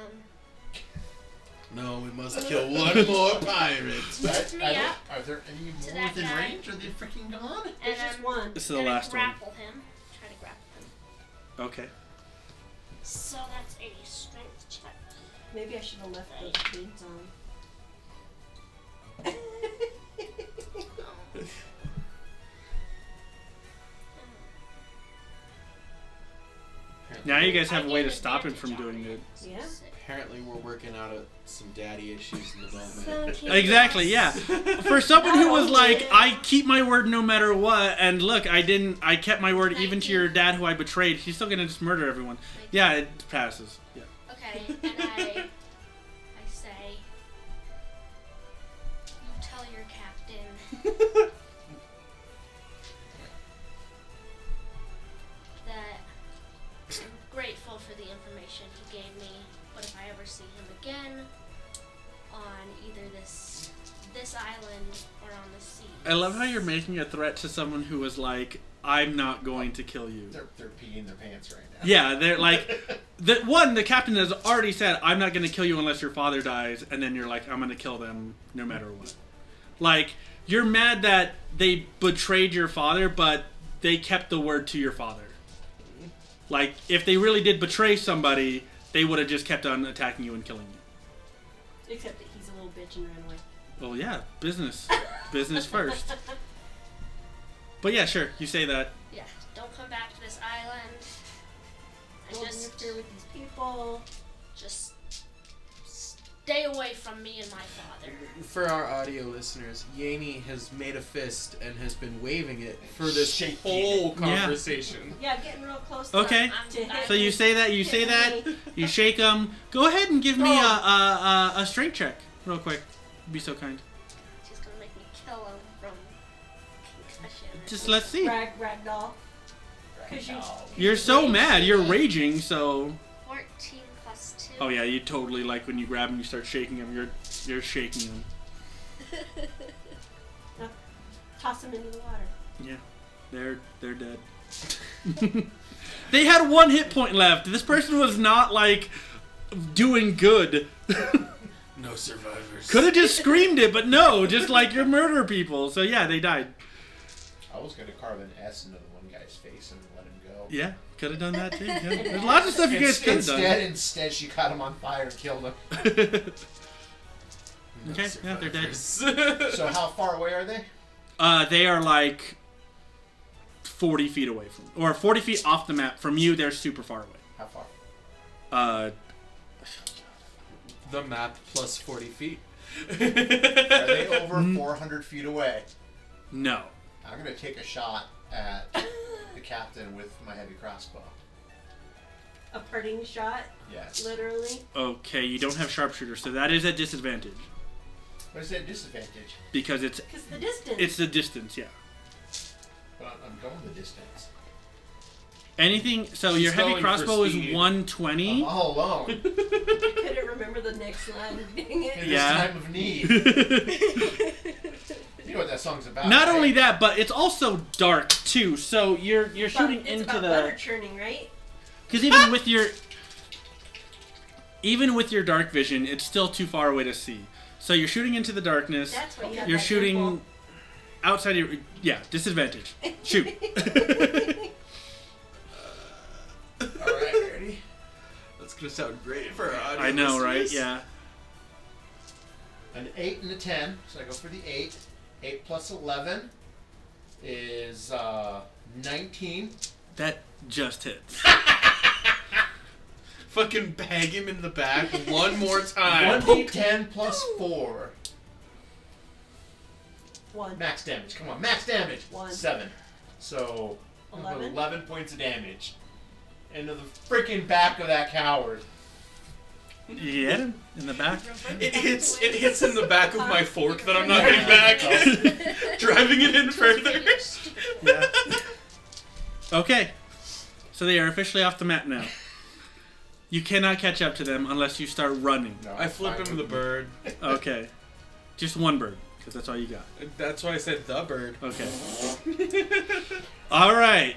Speaker 6: No, we must kill one more pirate.
Speaker 5: lift me
Speaker 2: I, I don't-
Speaker 5: up
Speaker 2: Are there any
Speaker 5: to
Speaker 2: more
Speaker 5: that
Speaker 2: within
Speaker 5: guy.
Speaker 2: range? Are they freaking gone?
Speaker 5: and
Speaker 3: There's just
Speaker 5: um,
Speaker 3: one.
Speaker 1: This is the
Speaker 5: and I
Speaker 1: last one.
Speaker 5: grapple him. Try to grapple him.
Speaker 1: Okay.
Speaker 5: So that's a strength check.
Speaker 3: Maybe I should have left those beads on.
Speaker 1: Now you guys have a
Speaker 5: I
Speaker 1: way to
Speaker 5: gave
Speaker 1: stop him
Speaker 5: advantage
Speaker 1: from
Speaker 5: on
Speaker 1: doing it.
Speaker 3: Yeah.
Speaker 6: Apparently, we're working out of some daddy issues in the moment.
Speaker 5: So cute.
Speaker 1: Exactly. Yeah. For someone who was like, I keep my word no matter what, and look, I didn't. I kept my word even to your dad, who I betrayed. He's still gonna just murder everyone. Yeah, it passes. Yeah.
Speaker 5: Okay, and I, I say, you tell your captain. that I'm grateful for the information he gave me, but if I ever see him again on either this this island or on the sea.
Speaker 1: I love how you're making a threat to someone who was like, I'm not going to kill you.
Speaker 2: They're, they're peeing their pants right now.
Speaker 1: Yeah, they're like, the one, the captain has already said, I'm not going to kill you unless your father dies, and then you're like, I'm going to kill them no matter what. Like, you're mad that they betrayed your father, but they kept the word to your father. Like, if they really did betray somebody, they would have just kept on attacking you and killing you.
Speaker 3: Except that he's a little bitch and ran away.
Speaker 1: Well, yeah, business. business first. But yeah, sure, you say that.
Speaker 5: Yeah, don't come back to this island.
Speaker 3: Don't
Speaker 5: I just
Speaker 3: interfere with these people.
Speaker 5: just stay away from me and my father.
Speaker 6: For our audio listeners, Yaney has made a fist and has been waving it for this
Speaker 2: Shaking
Speaker 6: whole
Speaker 1: it. Yeah.
Speaker 6: conversation.
Speaker 3: Yeah, getting real close. To
Speaker 1: Okay.
Speaker 5: I'm,
Speaker 3: To
Speaker 5: I'm,
Speaker 1: So you say that, you say that, you shake them. Go ahead and give me a, a, a, a strength check, real quick. Be so kind.
Speaker 5: she's gonna make me kill him from concussion.
Speaker 1: Just let's see.
Speaker 3: Rag ragdoll. Cause you.
Speaker 1: You're so mad. You're raging. So.
Speaker 5: Fourteen plus two.
Speaker 1: Oh yeah, you totally like when you grab him, you start shaking him. You're you're shaking him.
Speaker 3: Toss him into the water.
Speaker 1: They're they're dead. they had one hit point left. This person was not like doing good.
Speaker 6: No survivors.
Speaker 1: Could have just screamed it, but no, just like you're murder people. So yeah, they died.
Speaker 2: I was gonna carve an S into the one guy's face and let him go.
Speaker 1: Yeah, could have done that too. Yeah. There's lots of stuff you guys
Speaker 2: Ins-
Speaker 1: could have done.
Speaker 2: instead, instead, she caught him on fire and killed him.
Speaker 1: Okay, yeah, they're dead.
Speaker 6: survivors.
Speaker 2: So how far away are they?
Speaker 1: Uh, they are like 40 feet away from, or 40 feet off the map from you. They're super far away.
Speaker 2: How far?
Speaker 1: Uh,
Speaker 6: the map plus 40 feet.
Speaker 2: Are they over 400 feet away?
Speaker 1: no.
Speaker 2: I'm gonna take a shot at the captain with my heavy crossbow.
Speaker 3: A parting shot,
Speaker 2: Yes.
Speaker 3: literally.
Speaker 1: Okay, you don't have sharpshooter, so that is a disadvantage
Speaker 2: What is that disadvantage?
Speaker 1: because it's
Speaker 3: Cause the distance.
Speaker 1: it's the distance. Yeah.
Speaker 2: But I'm, I'm going the distance.
Speaker 1: Anything. So your heavy
Speaker 4: going for
Speaker 1: crossbow is
Speaker 4: speed. Uh-huh.
Speaker 1: one twenty.
Speaker 2: I'm all alone in
Speaker 3: Couldn't remember the next line. Dang it.
Speaker 2: this
Speaker 1: Yeah.
Speaker 2: time of need. You know what that song's about.
Speaker 1: Not
Speaker 2: right?
Speaker 1: only that, but it's also dark too. So you're you're
Speaker 3: About-
Speaker 1: shooting
Speaker 3: it's
Speaker 1: into
Speaker 3: about butter
Speaker 1: the
Speaker 3: churning, right?
Speaker 1: because even with your even with your dark vision, it's still too far away to see. So you're shooting into the darkness.
Speaker 3: That's what you have
Speaker 1: you're
Speaker 3: that
Speaker 1: shooting
Speaker 3: dimple.
Speaker 1: outside your yeah disadvantage. Shoot.
Speaker 6: All right, ready? That's gonna sound great for our audience.
Speaker 1: I know, right? Yeah.
Speaker 2: An 8 and a 10, so I go for the 8. 8 plus 11 is uh, 19.
Speaker 1: That just hits.
Speaker 6: Fucking bag him in the back one more time.
Speaker 2: 1d10 plus 4.
Speaker 3: One.
Speaker 2: Max damage. Come on, max damage.
Speaker 3: One.
Speaker 2: 7. So, I'm gonna put
Speaker 3: Eleven?
Speaker 2: 11 points of damage. Into the freaking back of that coward.
Speaker 1: You get him in the back.
Speaker 6: It hits. It hits in the back of my fork that I'm not getting back.
Speaker 1: Oh.
Speaker 6: Driving it in further.
Speaker 1: Yeah. okay. So they are officially off the map now. You cannot catch up to them unless you start running.
Speaker 2: No,
Speaker 6: I flip him the bird.
Speaker 1: Okay. Just one bird, because that's all you got.
Speaker 6: That's why I said the bird.
Speaker 1: Okay. all right.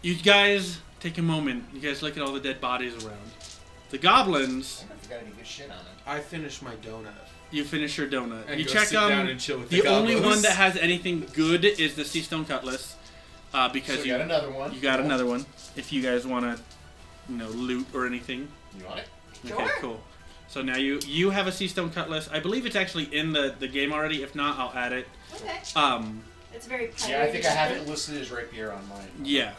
Speaker 1: You guys take a moment. You guys look at all the dead bodies around. The goblins,
Speaker 2: I don't think I got any good shit on him.
Speaker 4: I finished my donut.
Speaker 1: you finish your donut.
Speaker 6: And
Speaker 1: you
Speaker 6: go
Speaker 1: check
Speaker 6: sit
Speaker 1: them.
Speaker 6: down and chill with the,
Speaker 1: the only
Speaker 6: goblins.
Speaker 1: one that has anything good is the sea stone cutlass, uh, because
Speaker 2: So
Speaker 1: you
Speaker 2: got another one.
Speaker 1: You got another one. If you guys want to, you know, loot or anything.
Speaker 2: You want it?
Speaker 1: Okay,
Speaker 3: Sure.
Speaker 1: cool. So now you you have a sea stone cutlass. I believe it's actually in the the game already. If not, I'll add it.
Speaker 3: Okay.
Speaker 1: Um,
Speaker 3: It's very
Speaker 2: Yeah, I think I have it
Speaker 3: pirate-y.
Speaker 2: listed as rapier on my
Speaker 1: yeah.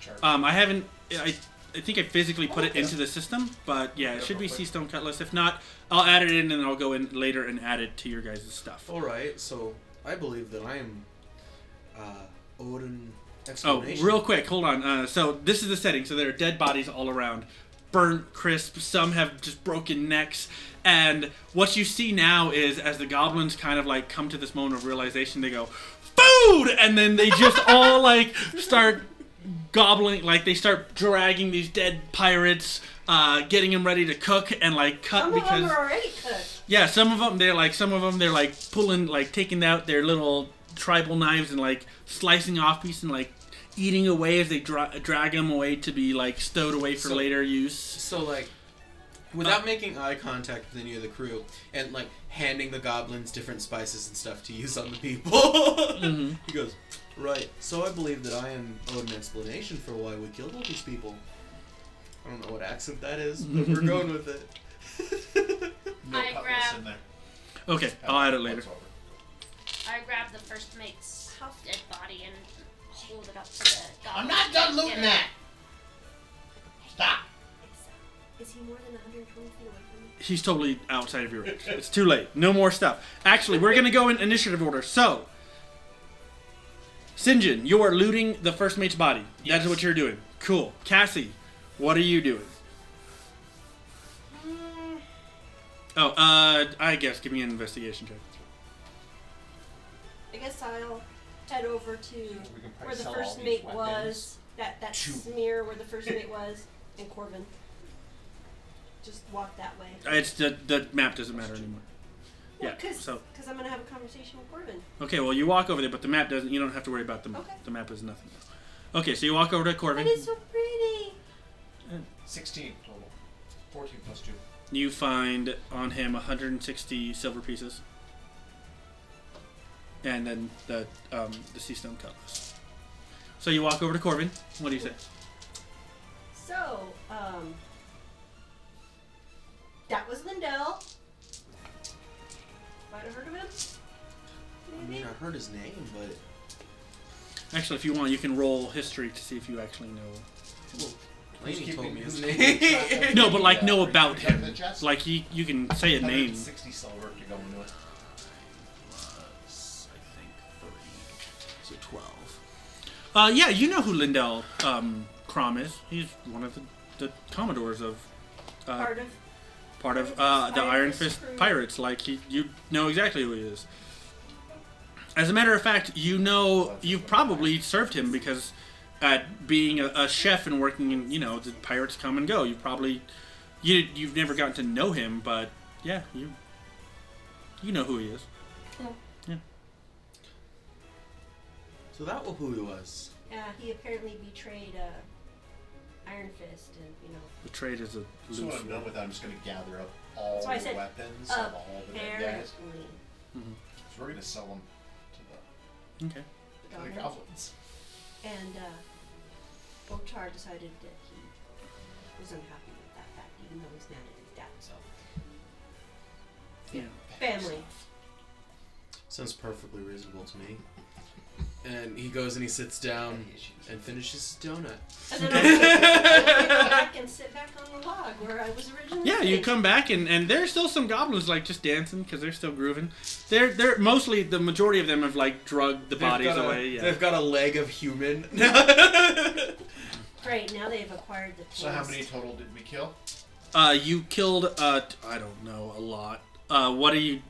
Speaker 2: chart.
Speaker 1: Um, I haven't. I I think I physically put
Speaker 2: Oh,
Speaker 1: it
Speaker 2: okay.
Speaker 1: into the system, but yeah,
Speaker 2: Yeah,
Speaker 1: it should be
Speaker 2: okay.
Speaker 1: sea stone cutlass. If not, I'll add it in and I'll go in later and add it to your guys' stuff.
Speaker 4: All right, so I believe that I am uh, Odin.
Speaker 1: Oh,
Speaker 4: Exclamation.
Speaker 1: real quick, hold on. Uh, so this is the setting. So there are dead bodies all around, burnt crisp. Some have just broken necks. And what you see now is as the goblins kind of like come to this moment of realization, they go, "Food!" And then they just all like start gobbling, like they start dragging these dead pirates, uh, getting them ready to cook and like cut
Speaker 3: Some
Speaker 1: because
Speaker 3: of them are already cooked.
Speaker 1: yeah, some of them they're like some of them they're like pulling like taking out their little tribal knives and like slicing off pieces and like eating away as they dra- drag them away to be like stowed away for
Speaker 4: So-
Speaker 1: later use.
Speaker 4: So like, without making eye contact with any of the crew, and like handing the goblins different spices and stuff to use on the people, he goes, "Right. So I believe that I am owed an explanation for why we killed all these people. I don't know what accent that is, but we're going with it."
Speaker 2: no
Speaker 5: I
Speaker 2: cutlass
Speaker 5: grab-
Speaker 2: in there.
Speaker 1: Okay, I'll add Oh, it later.
Speaker 2: Whatsoever.
Speaker 5: I grab the first mate's dead body and hold it up to the goblin.
Speaker 2: I'm not done looting that. Stop.
Speaker 3: Is he more than 120 feet away from me?
Speaker 1: He's totally outside of your range. It's too late. No more stuff. Actually, we're gonna go in initiative order. So, Sinjin, you are looting the first mate's body. That
Speaker 6: Yes.
Speaker 1: is what you're doing. Cool. Cassie, what are you doing? Oh, uh, I guess give me an investigation check.
Speaker 3: I guess I'll head over to
Speaker 2: We can probably
Speaker 3: where the
Speaker 2: sell
Speaker 3: first
Speaker 2: all
Speaker 3: mate
Speaker 2: these
Speaker 3: was. That that
Speaker 2: Shoot.
Speaker 3: smear where the first mate was, and Corbin. Just walk that way.
Speaker 1: Uh, It's the the map doesn't matter anymore. Yeah.
Speaker 3: Because
Speaker 1: So
Speaker 3: I'm gonna have a conversation with Corbin.
Speaker 1: okay, well you walk over there, but the map doesn't. You don't have to worry about the map.
Speaker 3: Okay.
Speaker 1: The map is nothing. Okay, so you walk over to Corvin.
Speaker 3: But it's so pretty.
Speaker 2: 16 total. 14 plus 2.
Speaker 1: You find on him 160 silver pieces, and then the um, the sea stone cutlass. So you walk over to Corbin. What do you say?
Speaker 3: So, um, that was Lindell. Might have heard of him.
Speaker 4: I mean, I heard his name, but
Speaker 1: Actually, if you want, you can roll history to see if you actually know.
Speaker 2: Who's
Speaker 4: Laney told
Speaker 2: keeping-
Speaker 4: me
Speaker 2: who's
Speaker 4: his
Speaker 2: keeping track
Speaker 4: name.
Speaker 2: of
Speaker 1: No, but like
Speaker 2: the,
Speaker 1: know
Speaker 2: uh,
Speaker 1: about
Speaker 2: return
Speaker 1: him.
Speaker 2: to the chest?
Speaker 1: Like he, you can say a name.
Speaker 2: 160 silver to go into it.
Speaker 4: Plus, I think three, so twelve.
Speaker 1: Uh, yeah, you know who Lindell um, Crom is. He's one of the, the commodores of uh,
Speaker 3: Part of.
Speaker 1: part of uh, the
Speaker 3: Iron
Speaker 1: Iron
Speaker 3: Fist
Speaker 1: Fist
Speaker 3: crew.
Speaker 1: Pirates. Like he, you know exactly who he is. As a matter of fact, you know you've probably served him because at being a, a chef and working in you know the pirates come and go. You probably you you've never gotten to know him, but yeah, you you know who he is.
Speaker 4: So that was who he was.
Speaker 3: Yeah, uh, he apparently betrayed uh, Iron Fist, and you know,
Speaker 1: The trade is a
Speaker 2: So
Speaker 1: loose
Speaker 2: what I'm
Speaker 1: word.
Speaker 2: done with that, I'm just going to gather up all
Speaker 3: That's why I
Speaker 2: the
Speaker 3: said
Speaker 2: weapons of all the dead guys.
Speaker 3: uh, apparently.
Speaker 2: So we're going to sell them to
Speaker 1: Okay.
Speaker 2: the, to the
Speaker 3: Goblin.
Speaker 2: goblins.
Speaker 3: And uh, Botar decided that he was unhappy with that fact, even though he's mad at his dad. So
Speaker 1: Yeah.
Speaker 3: family.
Speaker 4: Sounds perfectly reasonable to me. And he goes and he sits
Speaker 1: Um,
Speaker 4: down
Speaker 2: Any issues?
Speaker 4: and finishes his donut.
Speaker 3: And then I go back and sit back on the log where I was originally.
Speaker 1: Yeah, you
Speaker 3: sitting.
Speaker 1: come back and, and there's still some goblins like just dancing because they're still grooving. They're they're mostly the majority of them have like drugged the bodies
Speaker 4: got
Speaker 1: away.
Speaker 4: A,
Speaker 1: yeah.
Speaker 4: They've got a leg of human.
Speaker 3: Great. Now they've acquired the. Taste.
Speaker 2: So how many total did we kill?
Speaker 1: Uh, you killed uh t- I don't know a lot. Uh, what do you?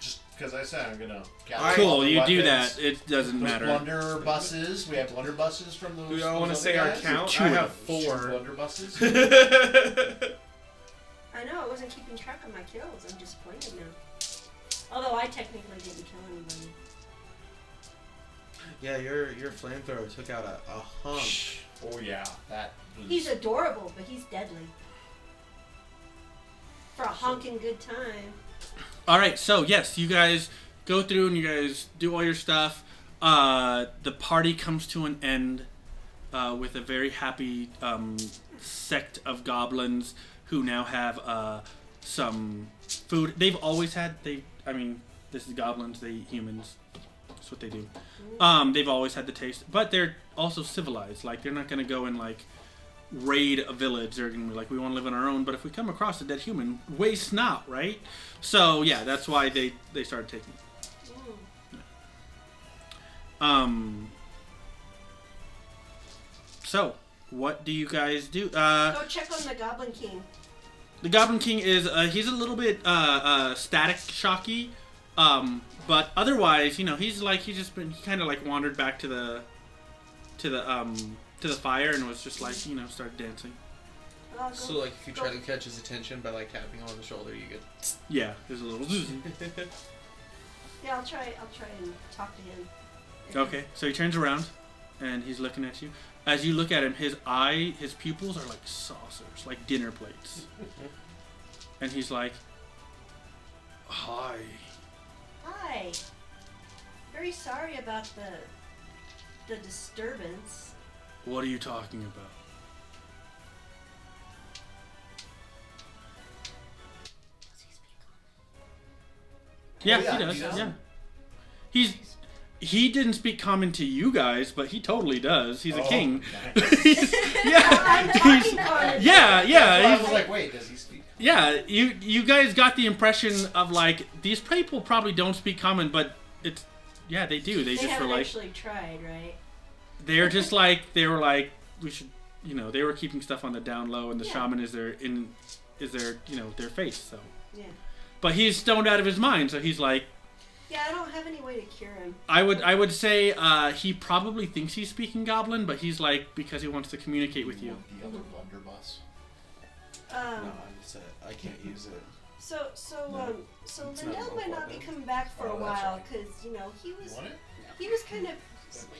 Speaker 2: Just because I said I'm going to gather
Speaker 4: I-
Speaker 2: all
Speaker 1: cool,
Speaker 2: the
Speaker 1: you do
Speaker 2: weapons.
Speaker 1: that. It doesn't
Speaker 2: Those
Speaker 1: matter.
Speaker 2: blunder buses. We have blunder buses from those.
Speaker 6: Do y'all
Speaker 2: want to
Speaker 6: say our count?
Speaker 1: Two
Speaker 6: I
Speaker 1: of
Speaker 6: have
Speaker 2: Those two
Speaker 6: four.
Speaker 2: blunder buses.
Speaker 3: I know I wasn't keeping track of my kills. I'm disappointed now. Although I technically didn't kill anybody.
Speaker 4: yeah, your your flamethrower took out a, a hunk.
Speaker 2: oh yeah, that. Was, Oh,
Speaker 3: He's adorable, but he's deadly. For a honking good time.
Speaker 1: All right, so yes, you guys go through and you guys do all your stuff. Uh, the party comes to an end uh, with a very happy um, sect of goblins who now have uh, some food. They've always had they. I mean, this is goblins. They eat humans. That's what they do. Um, they've always had the taste, but they're also civilized. Like they're not gonna go and like raid a village. They're gonna be like, we want to live on our own. But if we come across a dead human, waste not, right? So yeah, that's why they they started taking.
Speaker 3: Mm.
Speaker 1: Um. So, what do you guys do? Uh,
Speaker 3: Go check on the Goblin King.
Speaker 1: the Goblin King is uh, he's a little bit uh, uh, static shocky, um, but otherwise, you know, he's like he's just been he kind of like wandered back to the to the um to the fire and was just like you know started dancing.
Speaker 3: I'll go-
Speaker 6: So like, if you try to catch his attention by like tapping him on the shoulder, you get.
Speaker 1: Yeah, there's a little.
Speaker 3: yeah, I'll try. I'll try and talk to him.
Speaker 1: Okay, so he turns around, and he's looking at you. As you look at him, his eye, his pupils are like saucers, like dinner plates. and he's like, "Hi."
Speaker 3: Hi. Very sorry about the the disturbance.
Speaker 1: What are you talking about?
Speaker 5: Does he speak
Speaker 1: Yeah,
Speaker 2: Oh, yeah,
Speaker 1: he does.
Speaker 2: he does.
Speaker 1: yeah, he's he didn't speak common to you guys, but he totally does. He's a
Speaker 2: Oh,
Speaker 1: king.
Speaker 2: nice.
Speaker 1: yeah,
Speaker 3: I'm
Speaker 1: he's-
Speaker 3: talking on it.
Speaker 1: yeah,
Speaker 2: That's why
Speaker 1: yeah.
Speaker 2: I
Speaker 1: he's-
Speaker 2: was like, wait, does he speak?
Speaker 1: Yeah, you you guys got the impression of like these people probably don't speak common, but it's yeah they do. They,
Speaker 3: They
Speaker 1: just were
Speaker 3: haven't
Speaker 1: like
Speaker 3: actually tried, right?
Speaker 1: they're just like they were like we should you know they were keeping stuff on the down low and the
Speaker 3: Yeah.
Speaker 1: shaman is their in is their you know their face so
Speaker 3: Yeah.
Speaker 1: but he's stoned out of his mind so he's like
Speaker 3: Yeah, I don't have any way to cure him.
Speaker 1: I would I would say uh, he probably thinks he's speaking goblin but he's like because he wants to communicate with you
Speaker 2: The other blunderbuss.
Speaker 3: Um,
Speaker 4: No, I'm just a, I can't use it.
Speaker 3: So, so,
Speaker 4: No,
Speaker 3: um, so
Speaker 4: it's not
Speaker 3: Lindell might not be
Speaker 4: important.
Speaker 3: coming back for a
Speaker 4: Oh, that's
Speaker 3: while
Speaker 4: right.
Speaker 3: because you know he
Speaker 2: You
Speaker 3: was
Speaker 2: want it?
Speaker 3: he was kind of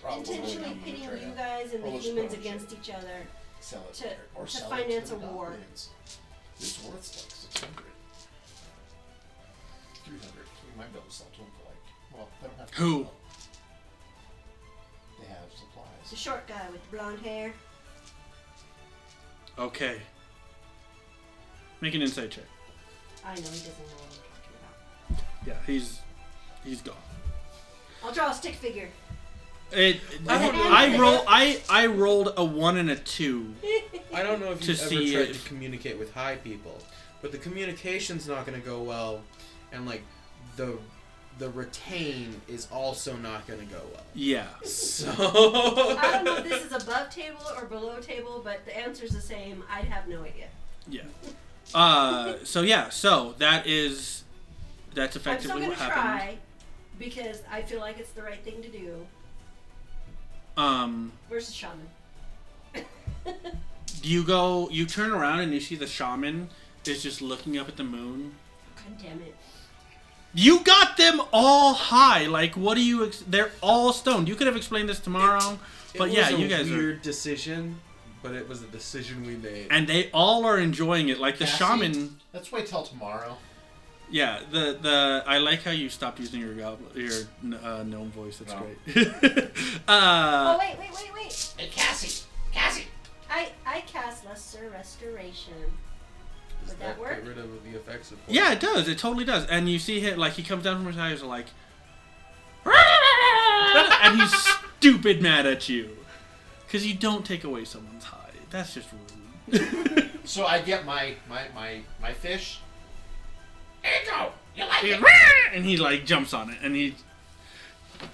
Speaker 2: Probably
Speaker 3: intentionally
Speaker 2: not.
Speaker 3: pitting
Speaker 2: Try
Speaker 3: you
Speaker 2: that.
Speaker 3: guys and the
Speaker 2: Well, let's
Speaker 3: humans
Speaker 2: put it on
Speaker 3: against each other.
Speaker 2: Sell it
Speaker 3: To-
Speaker 2: later, or
Speaker 3: to
Speaker 2: sell it
Speaker 3: finance
Speaker 2: to
Speaker 3: a
Speaker 2: the
Speaker 3: war.
Speaker 2: goblins. It's worth like six hundred. Three hundred. We might be able to sell to them for like. Well, they don't have. To
Speaker 1: Who?
Speaker 2: sell. They have
Speaker 3: The
Speaker 2: supplies.
Speaker 3: short guy with the blonde hair.
Speaker 1: okay make an insight check
Speaker 3: I know he doesn't know what I'm talking about.
Speaker 1: yeah he's he's gone
Speaker 3: I'll draw a stick figure.
Speaker 1: it,
Speaker 4: I don't know.
Speaker 1: I roll I I rolled a one and a two
Speaker 4: I don't know if
Speaker 1: To
Speaker 4: you've ever
Speaker 1: see
Speaker 4: tried
Speaker 1: if-
Speaker 4: to communicate with high people, but the communication's not going to go well, and like the the retain is also not going to go well.
Speaker 1: yeah
Speaker 4: So
Speaker 3: I don't know if this is above table or below table, but the answer's the same. I'd have no idea.
Speaker 1: Yeah. Uh, so yeah, so that is that's
Speaker 3: I'm still
Speaker 1: effectively
Speaker 3: gonna
Speaker 1: what happened.
Speaker 3: try because I feel like it's the right thing to do.
Speaker 1: Um,
Speaker 3: Where's the shaman?
Speaker 1: you go, you turn around and you see the shaman is just looking up at the moon.
Speaker 3: God damn it.
Speaker 1: You got them all high. Like, what do you? Ex- they're all stoned. You could have explained this tomorrow, but
Speaker 4: it
Speaker 1: yeah,
Speaker 4: was a
Speaker 1: you guys are.
Speaker 4: weird decision, but it was a decision we made.
Speaker 1: And they all are enjoying it. Like the
Speaker 2: Cassie?
Speaker 1: shaman.
Speaker 2: Let's wait till tomorrow.
Speaker 1: Yeah, the the I like how you stopped using your goblin, your uh, gnome voice. That's
Speaker 2: No.
Speaker 1: great. uh,
Speaker 3: oh, wait, wait, wait, wait.
Speaker 2: Hey, Cassie! Cassie!
Speaker 3: I, I cast Lesser Restoration.
Speaker 4: Does
Speaker 3: Would that work?
Speaker 4: Get rid of the effects of
Speaker 1: yeah, it does. It totally does. And you see him like he comes down from his house like, and he's stupid mad at you because you don't take away someone's high. That's just rude.
Speaker 2: So I get my my my my fish. Ego, you like
Speaker 1: He-
Speaker 2: it?
Speaker 1: and he like jumps on it and he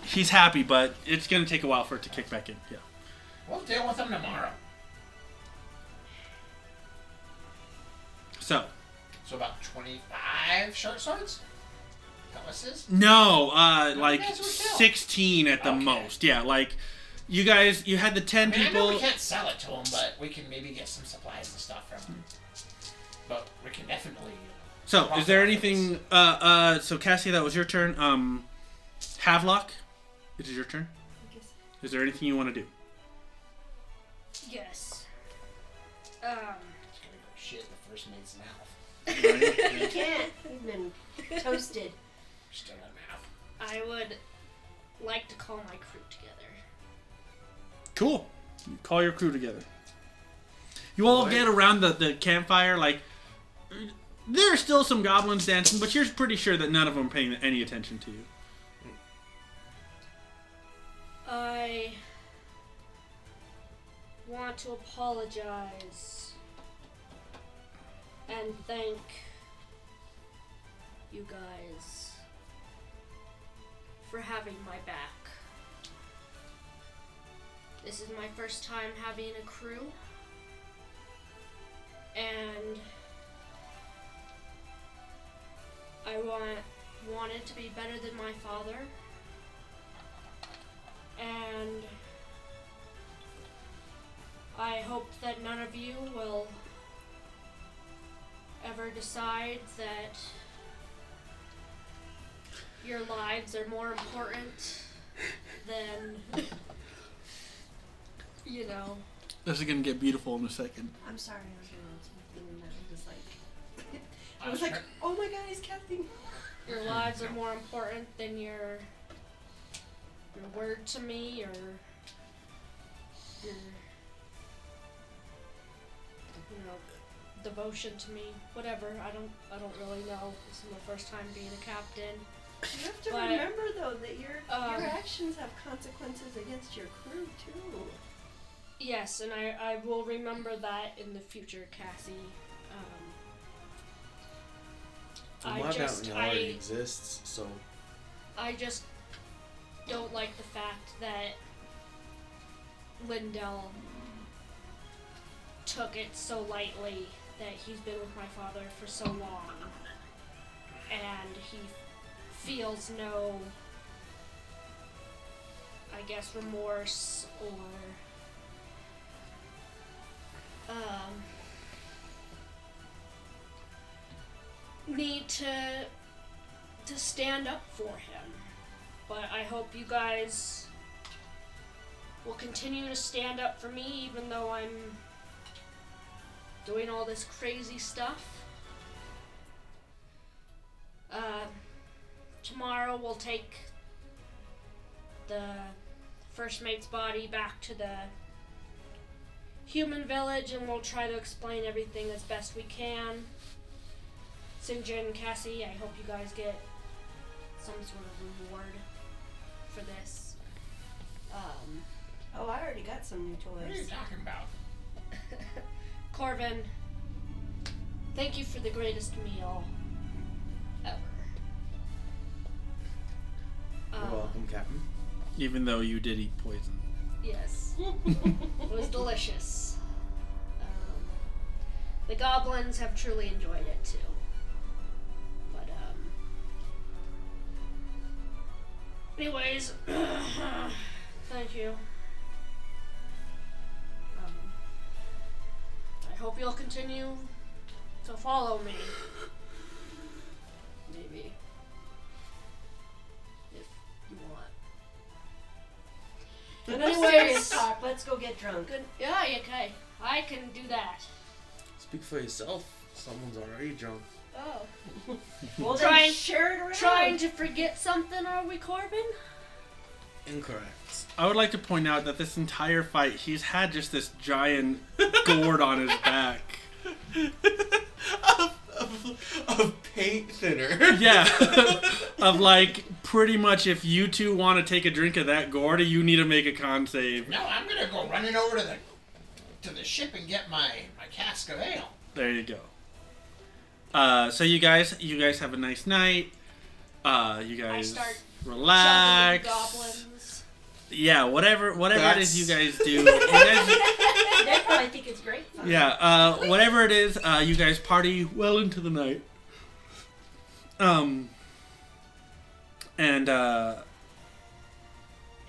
Speaker 1: he's happy but it's gonna take a while for it to kick back in yeah
Speaker 2: We'll deal with them tomorrow.
Speaker 1: so
Speaker 2: So about twenty-five short swords. Pellises.
Speaker 1: no uh like
Speaker 2: guys were chill.
Speaker 1: 16 at the
Speaker 2: Okay.
Speaker 1: most yeah like you guys you had the 10
Speaker 2: I mean, I know we
Speaker 1: people
Speaker 2: can't sell it to them, but we can maybe get some supplies and stuff from them. But we can definitely.
Speaker 1: so is there
Speaker 2: Fuck.
Speaker 1: anything uh uh so cassie that was your turn um havelock it is your turn is there anything you want to do
Speaker 5: Yes. Um.
Speaker 2: It's gonna go shit in the first mate's mouth.
Speaker 3: He can't. He's been toasted.
Speaker 2: Just in the mouth.
Speaker 5: I would like to call my crew together.
Speaker 1: Cool. You call your crew together. You all get around the, the campfire. Like, there are still some goblins dancing, but you're pretty sure that none of them are paying any attention to you.
Speaker 5: I want to apologize and thank you guys for having my back. This is my first time having a crew, and I want wanted to be better than my father and I hope that none of you will ever decide that your lives are more important than you know.
Speaker 1: This is going to get beautiful in a second.
Speaker 3: I'm sorry. I was doing something and I was like.
Speaker 2: I
Speaker 3: I was
Speaker 2: was
Speaker 3: like,
Speaker 2: try-
Speaker 3: oh my god, he's casting.
Speaker 5: Your lives are more important than your your word to me or your you know devotion to me. Whatever. I don't I don't really know. This is my first time being a captain.
Speaker 3: You have to
Speaker 5: But-
Speaker 3: remember though that your
Speaker 5: Um,
Speaker 3: your actions have consequences against your crew too.
Speaker 5: Yes, and I, I will remember that in the future, Cassie. Um,
Speaker 4: Well,
Speaker 5: I
Speaker 4: my
Speaker 5: just
Speaker 4: mountain already
Speaker 5: I,
Speaker 4: exists, so
Speaker 5: I just don't like the fact that Lindell took it so lightly that he's been with my father for so long and he feels no I guess remorse or um, need to to stand up for him. But I hope you guys will continue to stand up for me, even though I'm doing all this crazy stuff. Uh, tomorrow we'll take the first mate's body back to the human village and we'll try to explain everything as best we can. Sinjin, Cassie, I hope you guys get some sort of reward for this. Um,
Speaker 3: Oh, I already got some new
Speaker 2: What are you
Speaker 3: toys.
Speaker 2: talking about?
Speaker 5: Corvin, thank you for the greatest meal ever.
Speaker 4: you're
Speaker 3: Oh.
Speaker 5: Uh,
Speaker 4: welcome, Captain.
Speaker 1: Even though you did eat poison.
Speaker 5: yes, it was delicious. Um, the goblins have truly enjoyed it too. But um, anyways, thank you Um, hope you'll continue to follow me. Maybe. If you want.
Speaker 3: But anyways, talk. Let's go get drunk.
Speaker 5: Good. Yeah, okay. I can do that.
Speaker 6: Speak for yourself. Someone's already drunk.
Speaker 5: Oh.
Speaker 3: Well,
Speaker 5: Trying-
Speaker 3: then share it around.
Speaker 5: Trying to forget something, are we, Corbin?
Speaker 6: Incorrect.
Speaker 1: I would like to point out that this entire fight, he's had just this giant gourd on his back.
Speaker 4: of, of, of paint thinner.
Speaker 1: Yeah. of like, pretty much if you two want to take a drink of that gourd, you need to make a con save.
Speaker 2: No, I'm gonna go running over to the to the ship and get my my cask of ale.
Speaker 1: There you go. Uh, so you guys, you guys have a nice night. Uh, you guys
Speaker 5: start
Speaker 1: relax.
Speaker 5: Goblins.
Speaker 1: Yeah, whatever, whatever it is you guys
Speaker 4: That's-
Speaker 1: do. You guys,
Speaker 3: They probably think it's great. fun.
Speaker 1: yeah, uh, whatever it is, uh, you guys party well into the night. Um, and uh,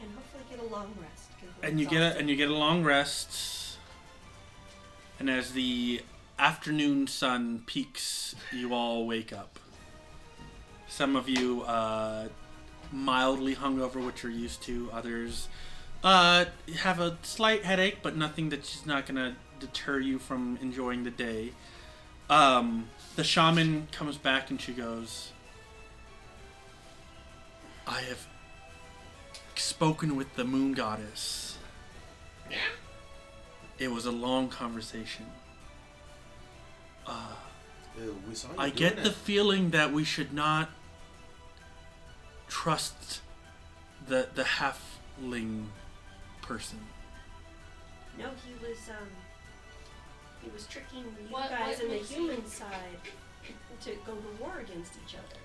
Speaker 3: And hopefully get a long rest. 'cause we're
Speaker 1: and you get a,
Speaker 3: exhausted.
Speaker 1: and you get a long rest. And as the afternoon sun peaks, you all wake up. Some of you uh, mildly hungover, which you're used to. Others uh, have a slight headache, but nothing that's not gonna deter you from enjoying the day. Um, the shaman comes back and she goes, "I have spoken with the moon goddess.
Speaker 2: Yeah.
Speaker 1: It was a long conversation.
Speaker 4: Ew, we saw you
Speaker 1: I
Speaker 4: doing
Speaker 1: get the
Speaker 4: it.
Speaker 1: feeling that we should not trust the the halfling person.
Speaker 3: No, he was um, he was tricking you
Speaker 5: What-
Speaker 3: guys
Speaker 5: what
Speaker 3: on the
Speaker 5: makes you
Speaker 3: human
Speaker 5: think-
Speaker 3: side to go to war against each other,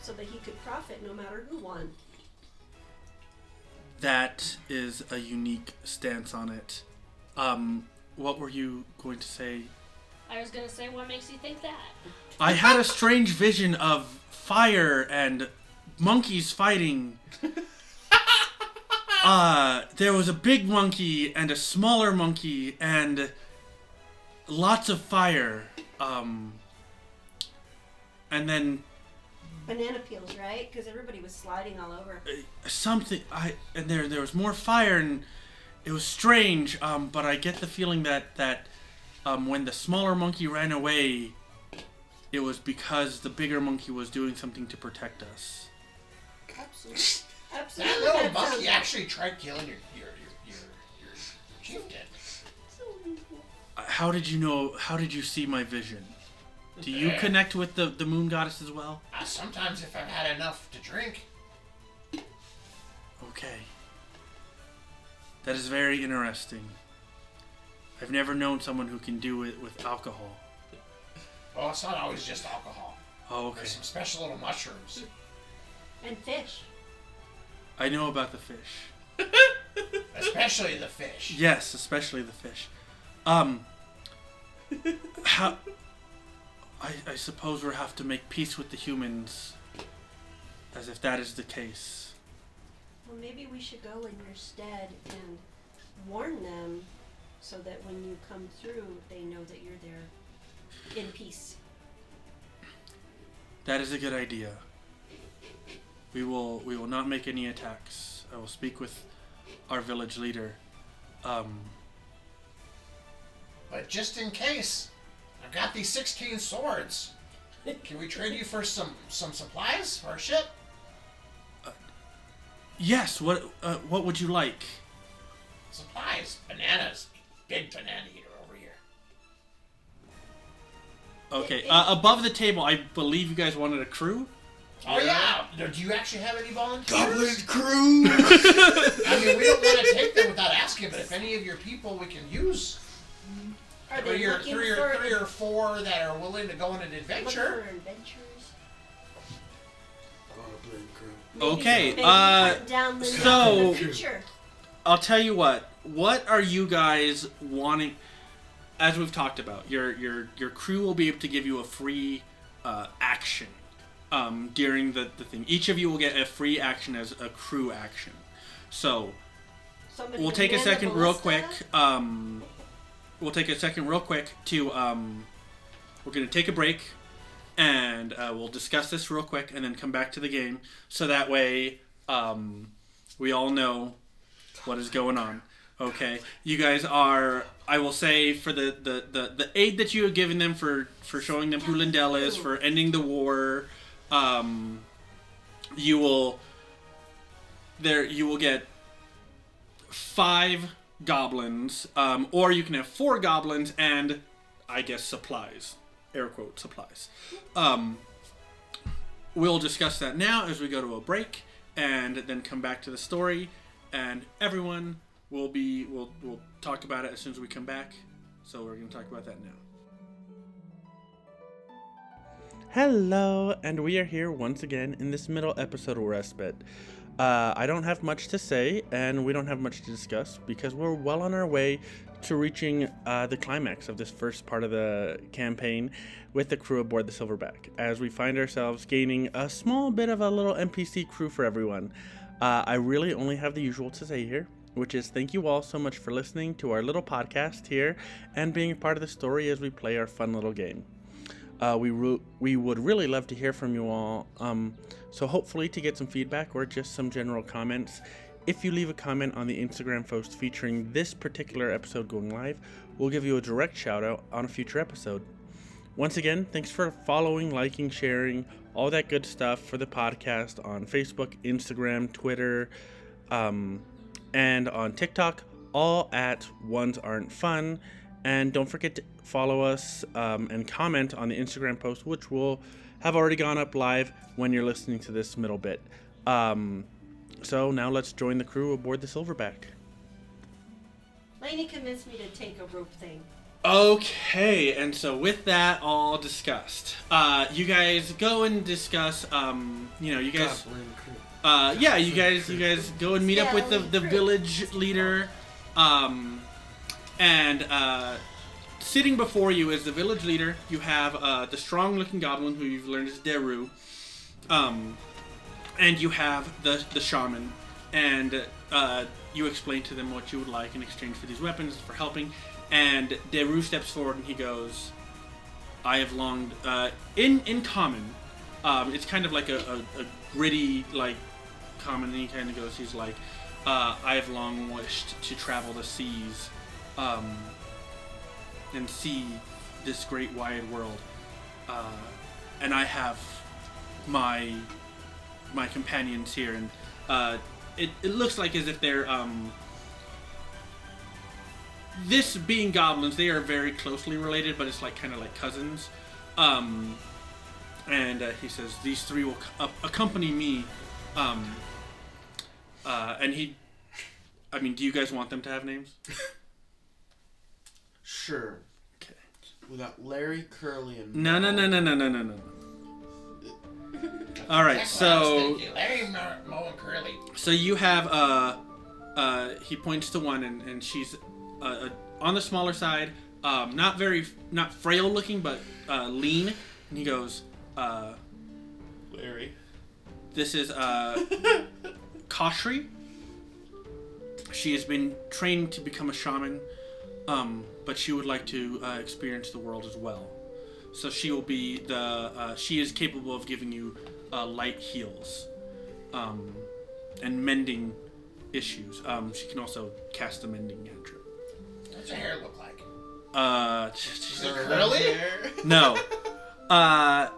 Speaker 3: so that he could profit no matter who won.
Speaker 1: That is a unique stance on it. Um, what were you going to say?
Speaker 5: I was gonna say, what makes you think that?
Speaker 1: I had a strange vision of fire and monkeys fighting. Uh, there was a big monkey and a smaller monkey and lots of fire. Um, and then
Speaker 3: Banana peels, right? Because everybody was sliding all over.
Speaker 2: Uh,
Speaker 1: something I and there there was more fire and it was strange. Um, but I get the feeling that that um, when the smaller monkey ran away, it was because the bigger monkey was doing something to protect us.
Speaker 3: Absolutely, absolutely.
Speaker 2: That little
Speaker 3: that sounds-
Speaker 2: monkey actually tried killing your your your your, your chieftain.
Speaker 1: Uh, How did you know? How did you see my vision? Do you
Speaker 2: Yeah.
Speaker 1: connect with the the moon goddess as well?
Speaker 2: Uh, sometimes if I've had enough to drink,
Speaker 1: Okay. That is very interesting. I've never known someone who can do it with alcohol.
Speaker 2: well, it's not always just alcohol.
Speaker 1: Oh, okay.
Speaker 2: There's some special little mushrooms.
Speaker 3: and fish.
Speaker 1: I know about the fish.
Speaker 2: especially the fish.
Speaker 1: Yes, especially the fish. Um. how? I, I suppose we'll have to make peace with the humans, as if that is the case.
Speaker 3: Well, maybe we should go in your stead and warn them, so that when you come through, they know that you're there in peace.
Speaker 1: That is a good idea. We will we will not make any attacks. I will speak with our village leader. Um,
Speaker 2: But just in case, I've got these 16 swords. Can we trade you for some some supplies for our ship?
Speaker 1: yes. What uh, what would you like?
Speaker 2: Supplies, bananas, big banana eater over here.
Speaker 1: Okay. Uh, above the table, I believe you guys wanted a crew.
Speaker 2: Oh yeah. No, do you actually have any
Speaker 4: Goblin
Speaker 2: volunteers?
Speaker 4: crew.
Speaker 2: I mean, we don't want to take them without asking. But if any of your people we can use,
Speaker 3: Are
Speaker 2: or
Speaker 3: they
Speaker 2: your
Speaker 3: looking
Speaker 2: three
Speaker 3: for
Speaker 2: or three or four that are willing to go on an
Speaker 3: look
Speaker 2: adventure.
Speaker 3: for adventures?
Speaker 4: Goblin crew.
Speaker 1: Okay,
Speaker 3: Maybe
Speaker 1: uh,
Speaker 3: hunt down the
Speaker 1: so-
Speaker 3: the future.
Speaker 1: I'll tell you what. What are you guys wanting? As we've talked about, your your your crew will be able to give you a free uh, action um, during the, the thing. Each of you will get a free action as a crew action. So
Speaker 3: Somebody
Speaker 1: we'll
Speaker 3: can
Speaker 1: take a
Speaker 3: man the
Speaker 1: second real
Speaker 3: ballista?
Speaker 1: quick. Um, we'll take a second, real quick, to um, we're gonna take a break, and uh, we'll discuss this real quick, and then come back to the game, so that way um, we all know what is going on. Okay, you guys are. I will say for the the, the, the aid that you have given them for for showing them who Lindell is, for ending the war, um, you will there you will get five goblins, um, or you can have four goblins and I guess supplies, air quote supplies. Um, we'll discuss that now as we go to a break and then come back to the story and everyone will be will will talk about it as soon as we come back so we're going to talk about that now hello and we are here once again in this middle episode of respite uh, i don't have much to say and we don't have much to discuss because we're well on our way to reaching uh, the climax of this first part of the campaign with the crew aboard the silverback as we find ourselves gaining a small bit of a little npc crew for everyone uh, I really only have the usual to say here, which is thank you all so much for listening to our little podcast here and being a part of the story as we play our fun little game. Uh, we ru- we would really love to hear from you all. Um, so hopefully to get some feedback or just some general comments. If you leave a comment on the Instagram post featuring this particular episode going live, we'll give you a direct shout out on a future episode. Once again, thanks for following, liking, sharing, all that good stuff for the podcast on Facebook, Instagram, Twitter, um, and on TikTok, all at Ones Aren't Fun. And don't forget to follow us um, and comment on the Instagram post, which will have already gone up live when you're listening to this middle bit. Um, so now let's join the crew aboard the Silverback.
Speaker 3: Lainey convinced me to take a rope thing.
Speaker 1: Okay, and so with that all discussed, uh, you guys go and discuss. Um, you know, you guys.
Speaker 6: Goblin crew.
Speaker 1: Uh, yeah, you guys, you guys go and meet up with the, the
Speaker 3: Scally
Speaker 1: village leader, um, and uh, sitting before you is the village leader. You have uh, the strong-looking goblin who you've learned is Deru, um, and you have the the shaman, and uh, you explain to them what you would like in exchange for these weapons for helping. And Deru steps forward and he goes, I have longed uh, in in common. Um, it's kind of like a, a, a gritty like common. And he kind of goes, he's like, uh, I have long wished to travel the seas, um, and see this great wide world. Uh, and I have my my companions here, and uh, it it looks like as if they're um, this being goblins, they are very closely related, but it's like kind of like cousins. Um, and uh, he says these three will c- ac- accompany me. Um, uh, and he, I mean, do you guys want them to have names?
Speaker 4: Sure.
Speaker 1: Okay.
Speaker 4: Without Larry, Curly, and
Speaker 1: No, no, no, no, no, no, no, no. All right,
Speaker 2: That's what I was
Speaker 1: so
Speaker 2: thinking. Larry Mo, Mo and Curly.
Speaker 1: so you have uh, uh, he points to one, and and she's uh, uh, on the smaller side, um, not very not frail looking, but uh, lean. And he goes, uh,
Speaker 4: Larry.
Speaker 1: This is uh, Koshri. She has been trained to become a shaman, um, but she would like to uh, experience the world as well. So she will be the. Uh, she is capable of giving you uh, light heals, um, and mending issues. Um, she can also cast a mending cantrip.
Speaker 2: What's your hair look like?
Speaker 1: Uh,
Speaker 2: Is it curly?
Speaker 1: no. Uh,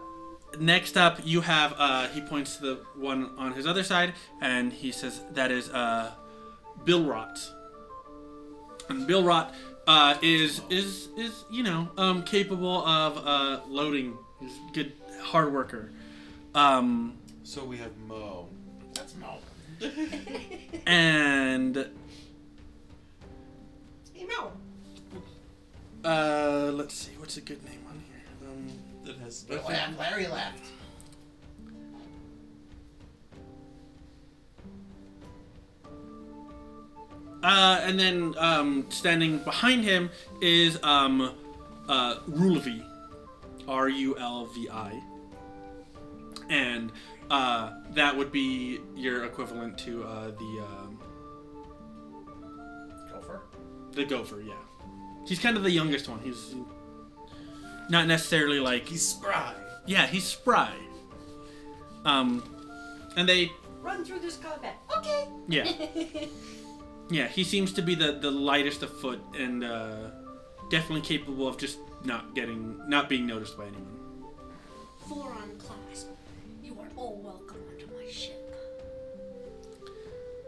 Speaker 1: next up, you have. Uh, he points to the one on his other side, and he says that is uh, Bill Rot. And Bill Rot uh, is is is you know um, capable of uh, loading. He's a good hard worker. Um,
Speaker 6: So we have Mo.
Speaker 2: That's Mo.
Speaker 1: and
Speaker 3: You know,
Speaker 1: uh, let's see, what's a good name on here? Um,
Speaker 4: That has
Speaker 2: But La- Larry left.
Speaker 1: Uh, and then um, standing behind him is um, uh, Rulvi, R U L V I, and uh, that would be your equivalent to uh, the um
Speaker 2: Gopher.
Speaker 1: the gopher, yeah. He's kind of the youngest one. He's not necessarily like
Speaker 4: He's spry.
Speaker 1: yeah, he's spry. Um, and they
Speaker 3: Run through this combat. Okay.
Speaker 1: yeah yeah he seems to be the the lightest of foot and uh, definitely capable of just not getting not being noticed by anyone.
Speaker 5: Four on class. You are all welcome onto my ship.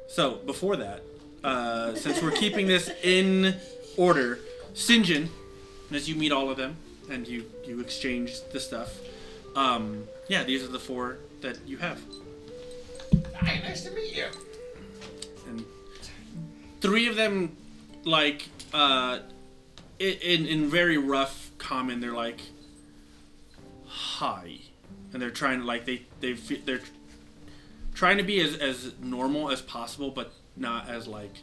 Speaker 1: So before that, uh, since we're keeping this in order, Sinjin, as you meet all of them and you you exchange the stuff, um, yeah, these are the four that you have,
Speaker 2: Hi, nice to meet you.
Speaker 1: and three of them, like uh, i- in in very rough common, they're like hi, and they're trying to like they they fe- they're trying to be as as normal as possible, but not as like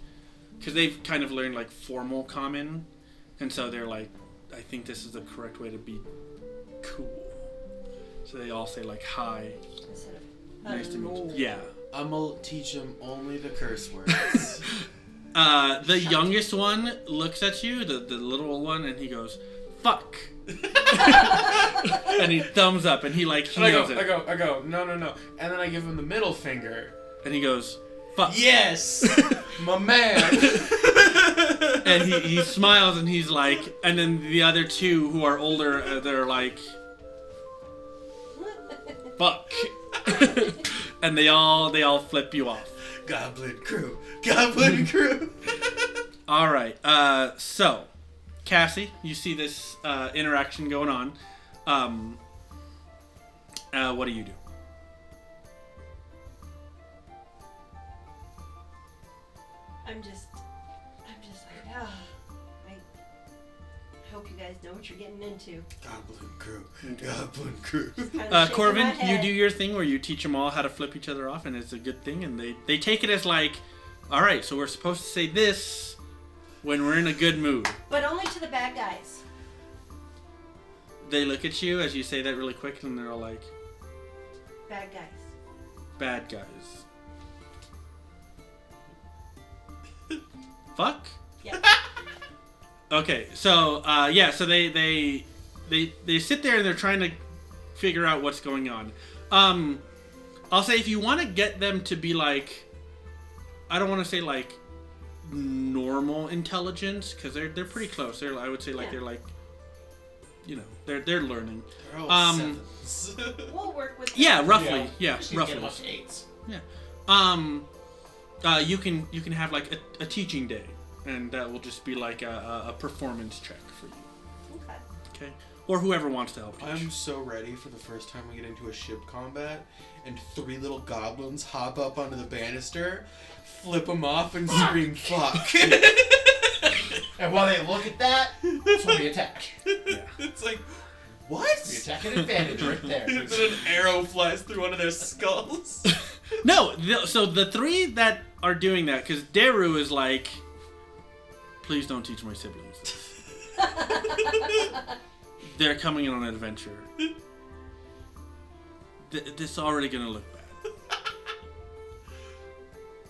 Speaker 1: because they've kind of learned like formal common, and so they're like, I think this is the correct way to be cool. So they all say like hi,
Speaker 3: Instead of,
Speaker 1: nice to meet you.
Speaker 3: Hello.
Speaker 1: Yeah.
Speaker 4: I'ma teach him only the curse words.
Speaker 1: Uh, the youngest one looks at you, the, the little one, and he goes, "Fuck," and he thumbs up, and he like
Speaker 6: And I go,
Speaker 1: heals it,
Speaker 6: I go, I go, no, no, no. And then I give him the middle finger.
Speaker 1: and he goes, "Fuck,"
Speaker 4: yes,
Speaker 6: My man.
Speaker 1: and he, he smiles, and he's like, and then the other two who are older, uh, they're like, "Fuck," and they all they all flip you off.
Speaker 4: Goblin crew, Goblin crew.
Speaker 1: All right. Uh, so, Cassie, you see this uh, interaction going on. Um, uh, what do you do?
Speaker 3: I'm just, I'm just like, ah, I, I hope you guys know what you're getting into.
Speaker 4: Goblin crew, Goblin crew.
Speaker 3: Kinda
Speaker 1: Uh,
Speaker 3: shaking my
Speaker 1: Corvin, you
Speaker 3: head.
Speaker 1: do your thing where you teach them all how to flip each other off, and it's a good thing. And they they take it as like, all right, so we're supposed to say this when we're in a good mood.
Speaker 3: but only to the bad guys.
Speaker 1: They look at you as you say that really quick, and they're all like,
Speaker 3: Bad guys.
Speaker 1: bad guys. Fuck.
Speaker 3: Yeah.
Speaker 1: Okay, so uh, yeah, so they they they they sit there and they're trying to figure out what's going on. Um, I'll say if you want to get them to be like, I don't want to say like normal intelligence because they're they're pretty close. They're I would say like
Speaker 3: Yeah.
Speaker 1: they're like, you know, they're they're learning.
Speaker 4: They're all
Speaker 1: Um,
Speaker 4: sevens.
Speaker 3: we'll work with. them.
Speaker 1: Yeah, roughly. Yeah,
Speaker 2: Just gonna
Speaker 1: roughly.
Speaker 2: get him up to eights.
Speaker 1: Um, uh, you can you can have like a, a teaching day, and that will just be like a, a, a performance check for you,
Speaker 3: Okay.
Speaker 1: okay? Or whoever wants to help teach.
Speaker 4: I'm so ready for the first time we get into a ship combat, and three little goblins hop up onto the banister, flip them off, and scream "fuck."
Speaker 2: And while they look at that, that's when we attack.
Speaker 4: it's like,
Speaker 2: We
Speaker 4: what?
Speaker 2: attack at advantage right
Speaker 4: And
Speaker 2: there.
Speaker 4: then an arrow flies through one of their skulls.
Speaker 1: No, th- so the three that are doing that because Deru is like, please don't teach my siblings. this." They're coming on an adventure. Th- this is already gonna look bad,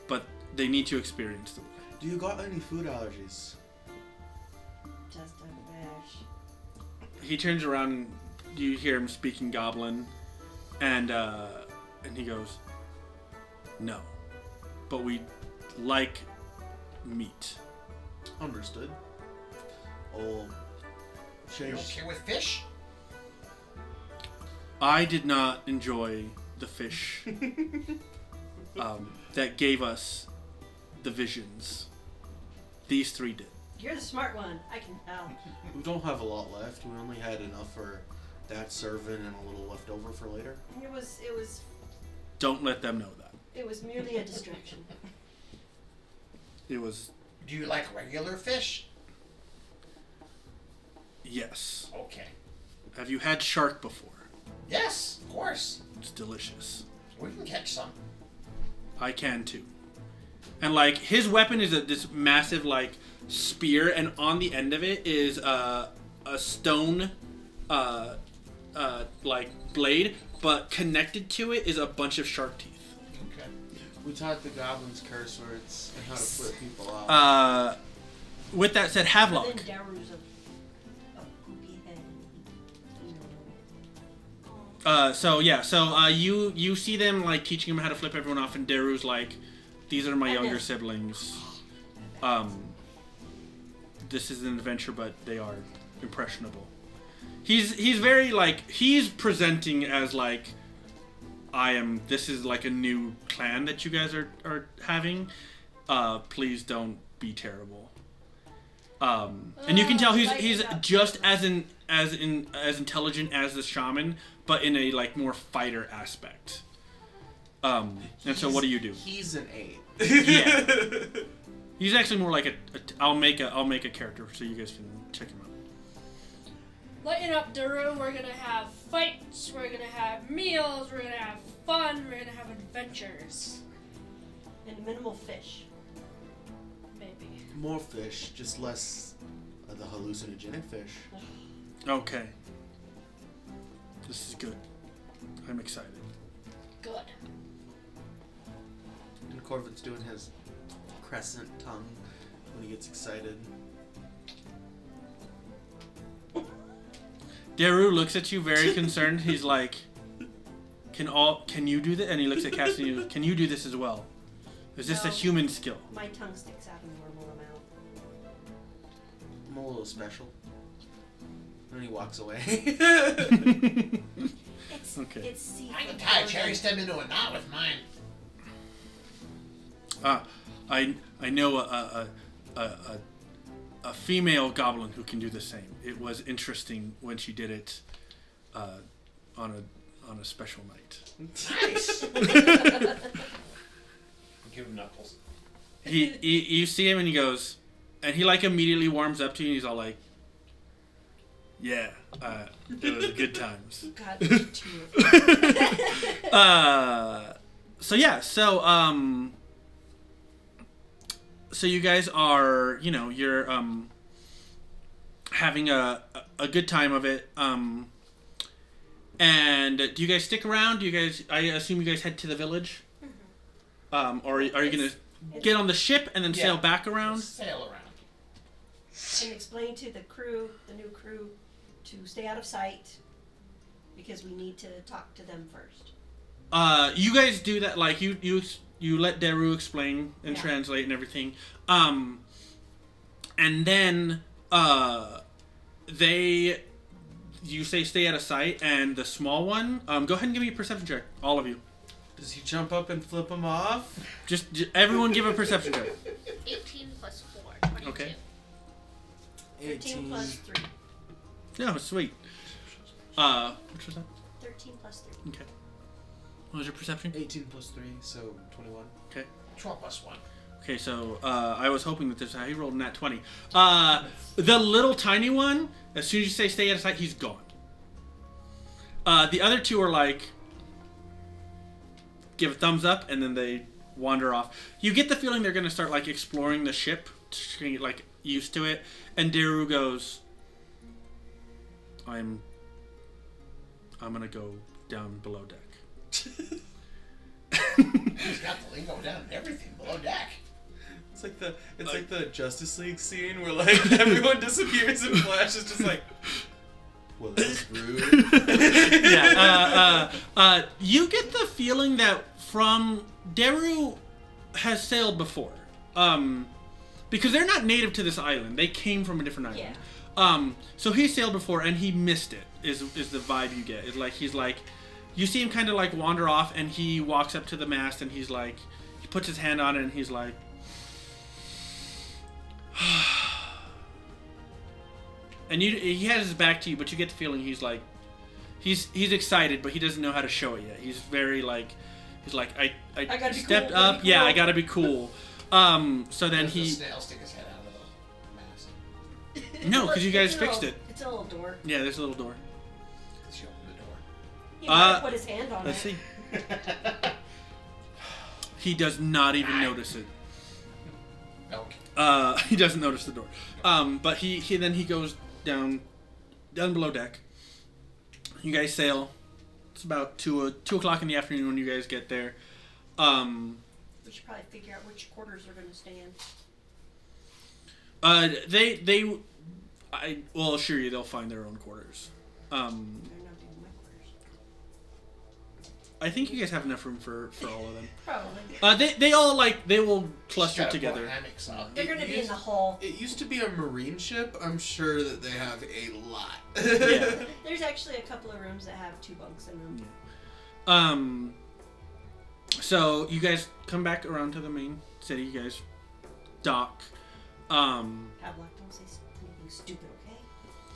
Speaker 1: but they need to experience the way.
Speaker 4: Do you got any food allergies?
Speaker 3: Just a bash.
Speaker 1: He turns around and you hear him speaking Goblin, and uh, and he goes, no, but we like meat.
Speaker 4: Understood. Oh,
Speaker 2: You
Speaker 4: change.
Speaker 2: okay with fish?
Speaker 1: I did not enjoy the fish um, that gave us the visions. These three did.
Speaker 3: You're the smart one. I can tell.
Speaker 4: We don't have a lot left. We only had enough for that servant and a little left over for later.
Speaker 3: It was, it was,
Speaker 1: Don't let them know that.
Speaker 3: it was merely a distraction.
Speaker 1: It was
Speaker 2: Do you like regular fish?
Speaker 1: yes.
Speaker 2: Okay.
Speaker 1: Have you had shark before?
Speaker 2: Yes, of course.
Speaker 1: It's delicious.
Speaker 2: We can catch some.
Speaker 1: I can too. And like his weapon is a, this massive like spear, and on the end of it is a a stone, uh, uh, like blade, but connected to it is a bunch of shark teeth.
Speaker 2: Okay.
Speaker 4: We taught the goblins curse words and how to flip people off.
Speaker 1: Uh, With that said,
Speaker 3: Other
Speaker 1: Havelock.
Speaker 3: than Daru's a, a poopy head. You know,
Speaker 1: Uh, so yeah, so uh, you you see them like teaching him how to flip everyone off, and Deru's like, "These are my
Speaker 3: I know.
Speaker 1: younger siblings. Um, this is an adventure, but they are impressionable." He's he's very like he's presenting as like, "I am. This is like a new clan that you guys are are having. Uh, please don't be terrible." Um, and you can tell he's
Speaker 3: Oh, lighten
Speaker 1: he's
Speaker 3: up.
Speaker 1: just as in as in as intelligent as the shaman, but in a like more fighter aspect. Um, and so what do you do?
Speaker 4: He's an eight.
Speaker 1: Yeah. He's actually more like a, a. I'll make a. I'll make a character so you guys can check him out.
Speaker 7: Lighten up the room. We're gonna have fights. We're gonna have meals. We're gonna have fun. We're gonna have adventures.
Speaker 3: And minimal fish.
Speaker 7: Maybe.
Speaker 4: More fish, just less of the hallucinogenic fish.
Speaker 1: Okay. This is good. I'm excited.
Speaker 7: Good.
Speaker 4: And Corvin's doing his crescent tongue when he gets excited.
Speaker 1: Daru looks at you very concerned. He's like, "Can all? Can you do that?" And he looks at Cassidy. and he goes, Can you do this as well? Is this a
Speaker 3: No.
Speaker 1: human skill?
Speaker 3: My tongue sticks out a normal amount.
Speaker 4: I'm a little special. And then he walks away.
Speaker 3: It's
Speaker 1: Okay.
Speaker 3: it's sea.
Speaker 2: I can tie a cherry stem into a knot with mine.
Speaker 1: Ah, I I know a a, a, a a female goblin who can do the same. It was interesting when she did it uh, on a on a special night.
Speaker 2: Nice. Give him knuckles.
Speaker 1: He, he you see him and he goes, and he like immediately warms up to you and he's all like, "Yeah, uh, it was good times."
Speaker 3: God, there's two of them.
Speaker 1: Uh, so yeah, so um, so you guys are, you know, you're um, having a a good time of it. Um, and do you guys stick around? Do you guys? I assume you guys head to the village. Um, or are you gonna get on the ship and then sail
Speaker 2: Yeah.
Speaker 1: back around?
Speaker 2: Sail around.
Speaker 3: and explain to the crew, the new crew, to stay out of sight because we need to talk to them first.
Speaker 1: uh you guys do that like you you you let Daru explain and
Speaker 3: Yeah.
Speaker 1: translate and everything um and then uh they you say stay out of sight and the small one um go ahead and give me a perception check all of you
Speaker 4: Does he jump up and flip him off?
Speaker 1: just, j everyone give a perception check
Speaker 5: 18 plus 4, 22.
Speaker 1: Okay.
Speaker 3: 13 plus 3.
Speaker 1: no sweet uh which was that
Speaker 3: 13 plus 3.
Speaker 1: okay what was your perception
Speaker 4: 18 plus 3, so 21.
Speaker 2: Twelve plus one.
Speaker 1: Okay, so uh, I was hoping that this how he rolled in that twenty. Uh, the little tiny one, as soon as you say stay out of sight, he's gone. Uh, the other two are like give a thumbs up, and then they wander off. You get the feeling they're gonna start like exploring the ship, just gonna get like used to it. And Daru goes, "I'm, I'm gonna go down below deck."
Speaker 2: He's got the lingo down and everything below deck.
Speaker 6: It's like the it's like the Justice League scene where like everyone disappears and Flash is just like
Speaker 4: Well, that was rude.
Speaker 1: yeah. Uh, uh, uh, you get the feeling that from Deru has sailed before, um, because they're not native to this island. They came from a different island.
Speaker 3: Yeah.
Speaker 1: Um, so he sailed before and he missed it. Is is the vibe you get? It's like he's like, you see him kind of like wander off, and he walks up to the mast, and he's like, he puts his hand on it, and he's like. And you, he has his back to you, but you get the feeling he's like, he's he's excited, but he doesn't know how to show it yet. He's very like, he's like, I I,
Speaker 3: gotta be
Speaker 1: stepped
Speaker 3: cool, gotta
Speaker 1: up,
Speaker 3: be
Speaker 1: yeah,
Speaker 3: cool."
Speaker 1: I gotta be cool. Um, so then
Speaker 2: Does the
Speaker 1: he,
Speaker 2: snail stick his head out of the mask.
Speaker 1: no, because you guys
Speaker 3: It's a
Speaker 1: fixed it.
Speaker 3: little- It's a little door.
Speaker 1: Yeah, there's a little door.
Speaker 2: Does she open the door?
Speaker 3: He
Speaker 1: Uh,
Speaker 3: might have put his hand on
Speaker 1: Let's
Speaker 3: it.
Speaker 1: see. He does not even notice it.
Speaker 2: Okay.
Speaker 1: Uh, he doesn't notice the door. Um, but he, he then he goes down down below deck. You guys sail. It's about two o- two o'clock in the afternoon when you guys get there. Um,
Speaker 3: We should probably figure out which quarters are going to stand.
Speaker 1: Uh, they they, I will assure you they'll find their own quarters. Um,
Speaker 3: They're not doing my quarters.
Speaker 1: I think you guys have enough room for for all of them.
Speaker 3: Probably.
Speaker 1: Uh, they they all like they will
Speaker 2: Just
Speaker 1: cluster
Speaker 2: gotta put
Speaker 1: together.
Speaker 2: Hammocks
Speaker 5: Mm-hmm.
Speaker 2: up.
Speaker 3: They're gonna be in the hall.
Speaker 4: It used to be a marine ship. I'm sure that they have a lot.
Speaker 1: Yeah.
Speaker 3: There's actually a couple of rooms that have two bunks in them.
Speaker 1: Um. So you guys come back around to the main city. You guys dock. Um,
Speaker 3: Havelock, don't say s- anything stupid, okay?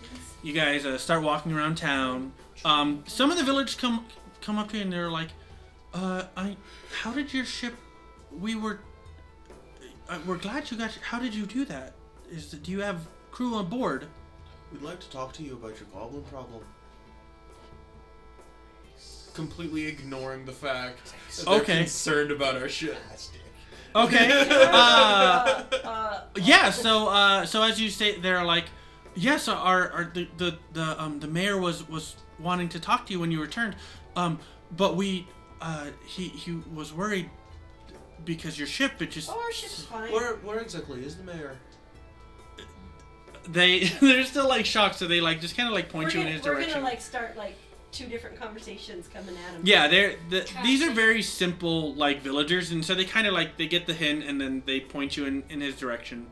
Speaker 3: Please.
Speaker 1: you guys uh, start walking around town. Um, some of the villagers come come up to you and they're like, uh, "I, how did your ship? We were, uh, we're glad you got. How did you do that? Is do you have crew on board?
Speaker 4: We'd like to talk to you about your goblin problem. Completely ignoring the fact that they're
Speaker 1: Okay.
Speaker 4: concerned about our ship.
Speaker 2: Fantastic.
Speaker 1: Okay. uh,
Speaker 3: uh, uh,
Speaker 1: yeah so uh so as you say they're like yes our, our the, the the um the mayor was was wanting to talk to you when you returned um but we uh he he was worried because your ship it just
Speaker 3: oh, our ship's fine.
Speaker 4: Where, where exactly is the mayor?
Speaker 1: they they're still like shocked so they like just kind of like point
Speaker 3: we're
Speaker 1: you
Speaker 3: gonna,
Speaker 1: in his
Speaker 3: we're
Speaker 1: direction
Speaker 3: gonna like start like two different conversations coming at him.
Speaker 1: yeah they're the, these are very simple like villagers and so they kind of like they get the hint and then they point you in in his direction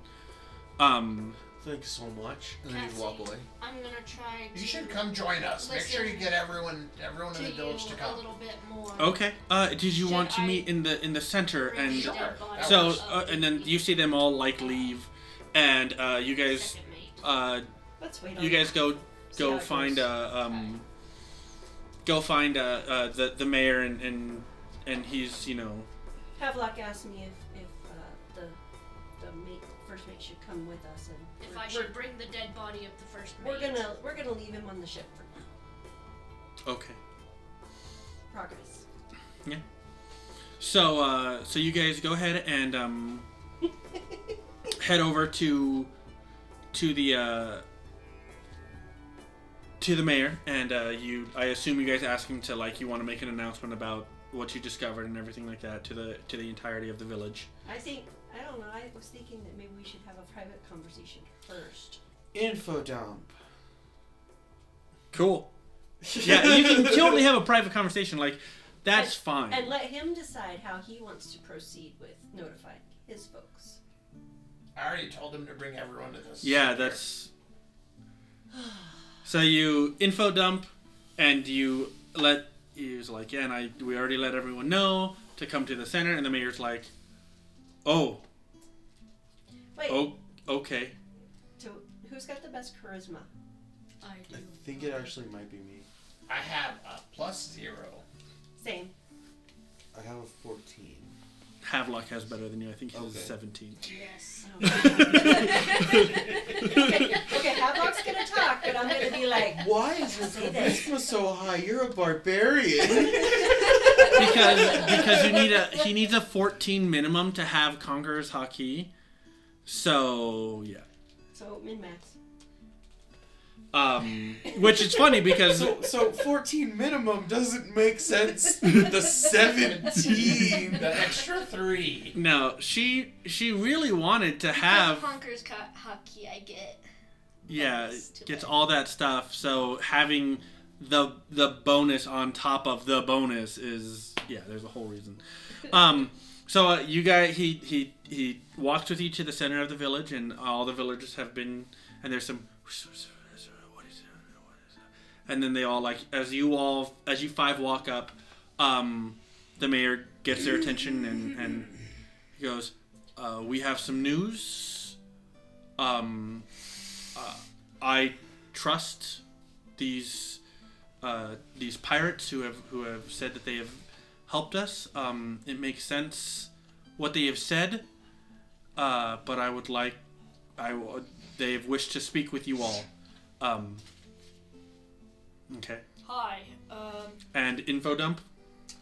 Speaker 1: um
Speaker 4: Thanks so much. And then you
Speaker 5: Cassie.
Speaker 4: walk away.
Speaker 5: I'm gonna try. To
Speaker 2: You should come join us. Make sure you get everyone, everyone in the village to
Speaker 5: a
Speaker 2: come.
Speaker 5: little bit more.
Speaker 1: okay uh did you
Speaker 5: Should
Speaker 1: want to
Speaker 5: I
Speaker 1: meet in the in the center
Speaker 5: Bring
Speaker 1: and
Speaker 5: the
Speaker 2: Sure.
Speaker 5: dead body
Speaker 1: So,
Speaker 5: up
Speaker 1: uh,
Speaker 5: to
Speaker 1: and then
Speaker 5: the
Speaker 1: you see them all like leave, and uh, you guys,
Speaker 5: second mate.
Speaker 1: uh,
Speaker 3: Let's wait on
Speaker 1: you guys go
Speaker 3: See how
Speaker 1: go
Speaker 3: it
Speaker 1: find
Speaker 3: goes.
Speaker 1: uh, um, go find uh, uh, the the mayor and and and he's you know
Speaker 3: Havelock asked me if, if uh, the the mate, first mate should come with us, and
Speaker 5: If
Speaker 3: we're,
Speaker 5: I
Speaker 3: we're-
Speaker 5: should bring the dead body of the first mate.
Speaker 3: we're gonna we're gonna leave him on the ship for now.
Speaker 1: okay.
Speaker 3: Progress.
Speaker 1: So uh, so you guys go ahead and um, head over to to the uh, to the mayor, and uh, you. I assume you guys ask him to like you want to make an announcement about what you discovered and everything like that to the to the entirety of the village.
Speaker 3: I think I don't know. I was thinking that maybe we should have a private conversation first.
Speaker 4: Info dump.
Speaker 1: Cool. Yeah, you can totally have a private conversation. Like that's fine.
Speaker 3: And let him decide how he wants to proceed with notifying his folks.
Speaker 2: I already told them to bring everyone to this.
Speaker 1: Yeah, that's. So you info dump, and you let he was like, yeah, and I we already let everyone know to come to the center, and the mayor's like, oh,
Speaker 3: Wait,
Speaker 1: oh, okay,
Speaker 3: to, who's got the best charisma?
Speaker 5: I do.
Speaker 4: I think it actually might be me.
Speaker 2: I have a plus zero.
Speaker 3: Same.
Speaker 4: I have a 14.
Speaker 1: Havelock has better than you. I think he's
Speaker 4: Okay.
Speaker 1: seventeen.
Speaker 5: Yes.
Speaker 3: Oh. okay, okay, Havelock's gonna talk, but I'm gonna be like,
Speaker 4: Why is your
Speaker 3: Say this.
Speaker 4: charisma so high? You're a barbarian.
Speaker 1: Because because you need a he needs a fourteen minimum to have conqueror's haki, so yeah.
Speaker 3: so min max.
Speaker 1: Um, which is funny because
Speaker 4: so, so 14 minimum doesn't make sense. The 17.
Speaker 2: The extra three.
Speaker 1: no, she she really wanted to have
Speaker 5: Conker's hockey, I get.
Speaker 1: yeah
Speaker 5: bonus to
Speaker 1: gets
Speaker 5: it.
Speaker 1: all that stuff so having the the bonus on top of the bonus is yeah there's a whole reason um so uh, you guys he he he walks with you to the center of the village and all the villagers have been and there's some what is it? and then they all like as you all as you five walk up um the mayor gets their attention and and he goes uh, we have some news um I trust these uh, these pirates who have who have said that they have helped us. Um, it makes sense what they have said, uh, but I would like I would, they have wished to speak with you all. Um, okay.
Speaker 7: Hi. Um,
Speaker 1: And info dump.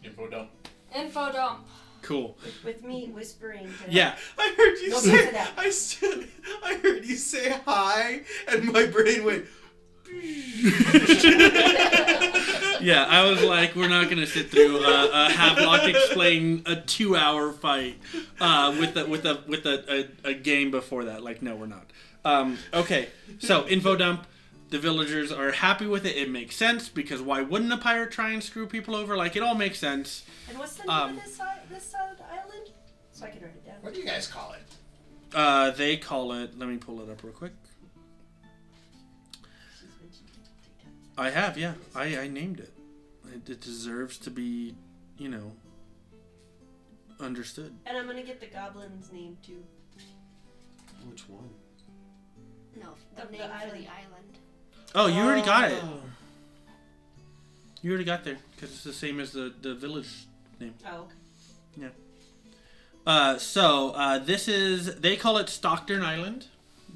Speaker 2: Info dump.
Speaker 7: info dump.
Speaker 1: Cool.
Speaker 3: With, with me whispering to
Speaker 1: Yeah.
Speaker 4: I heard you
Speaker 3: No,
Speaker 4: say.
Speaker 3: cut it out.
Speaker 4: I said. I heard you say hi, and my brain went.
Speaker 1: Yeah, I was like, we're not gonna sit through uh, a Havelock explain a two-hour fight uh, with a with a with a, a, a game before that. Like, no, we're not. Um, okay, so info dump. The villagers are happy with it. It makes sense because why wouldn't a pirate try and screw people over? Like, it all makes sense.
Speaker 3: And what's the name
Speaker 1: Um,
Speaker 3: of this, i- this uh, island? So I can write it down.
Speaker 2: What do you guys call it?
Speaker 1: Uh, they call it. Let me pull it up real quick.
Speaker 3: She's mentioned it three times.
Speaker 1: I have, yeah. I, I named it. it. It deserves to be, you know, understood.
Speaker 3: And I'm gonna get the goblin's name too.
Speaker 4: Which one?
Speaker 5: No, the
Speaker 3: Of the
Speaker 5: name for
Speaker 3: island.
Speaker 5: the island.
Speaker 1: Oh, you already got it. You already got there because it's the same as the the village.
Speaker 3: Oh,
Speaker 1: Uh, so uh, this is they call it Stockdern Island,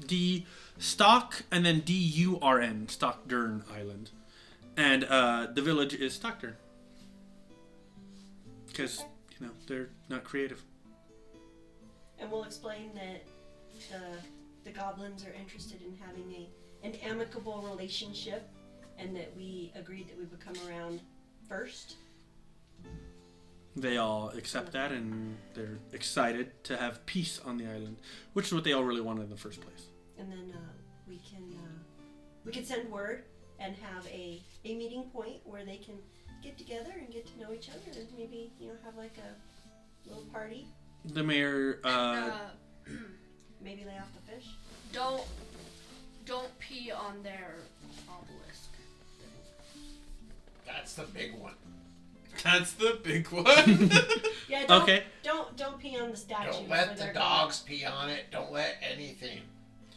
Speaker 1: D Stock and then D U R N Stockdern Island, and uh, the village is Stockdern. Because you know they're not creative.
Speaker 3: and we'll explain that uh, the the goblins are interested in having a an amicable relationship, and that we agreed that we would come around first.
Speaker 1: They all accept that and they're excited to have peace on the island, which is what they all really wanted in the first place.
Speaker 3: and then uh, we can uh, we can send word and have a, a meeting point where they can get together and get to know each other and maybe you know have like a little party
Speaker 1: The mayor uh,
Speaker 7: And, uh,
Speaker 3: maybe lay off the fish
Speaker 7: don't don't pee on their obelisk.
Speaker 2: That's the big one.
Speaker 4: That's the big one.
Speaker 3: yeah don't,
Speaker 1: Okay.
Speaker 3: don't don't pee on the statue
Speaker 2: Don't let the dogs pee on it. Don't let anything.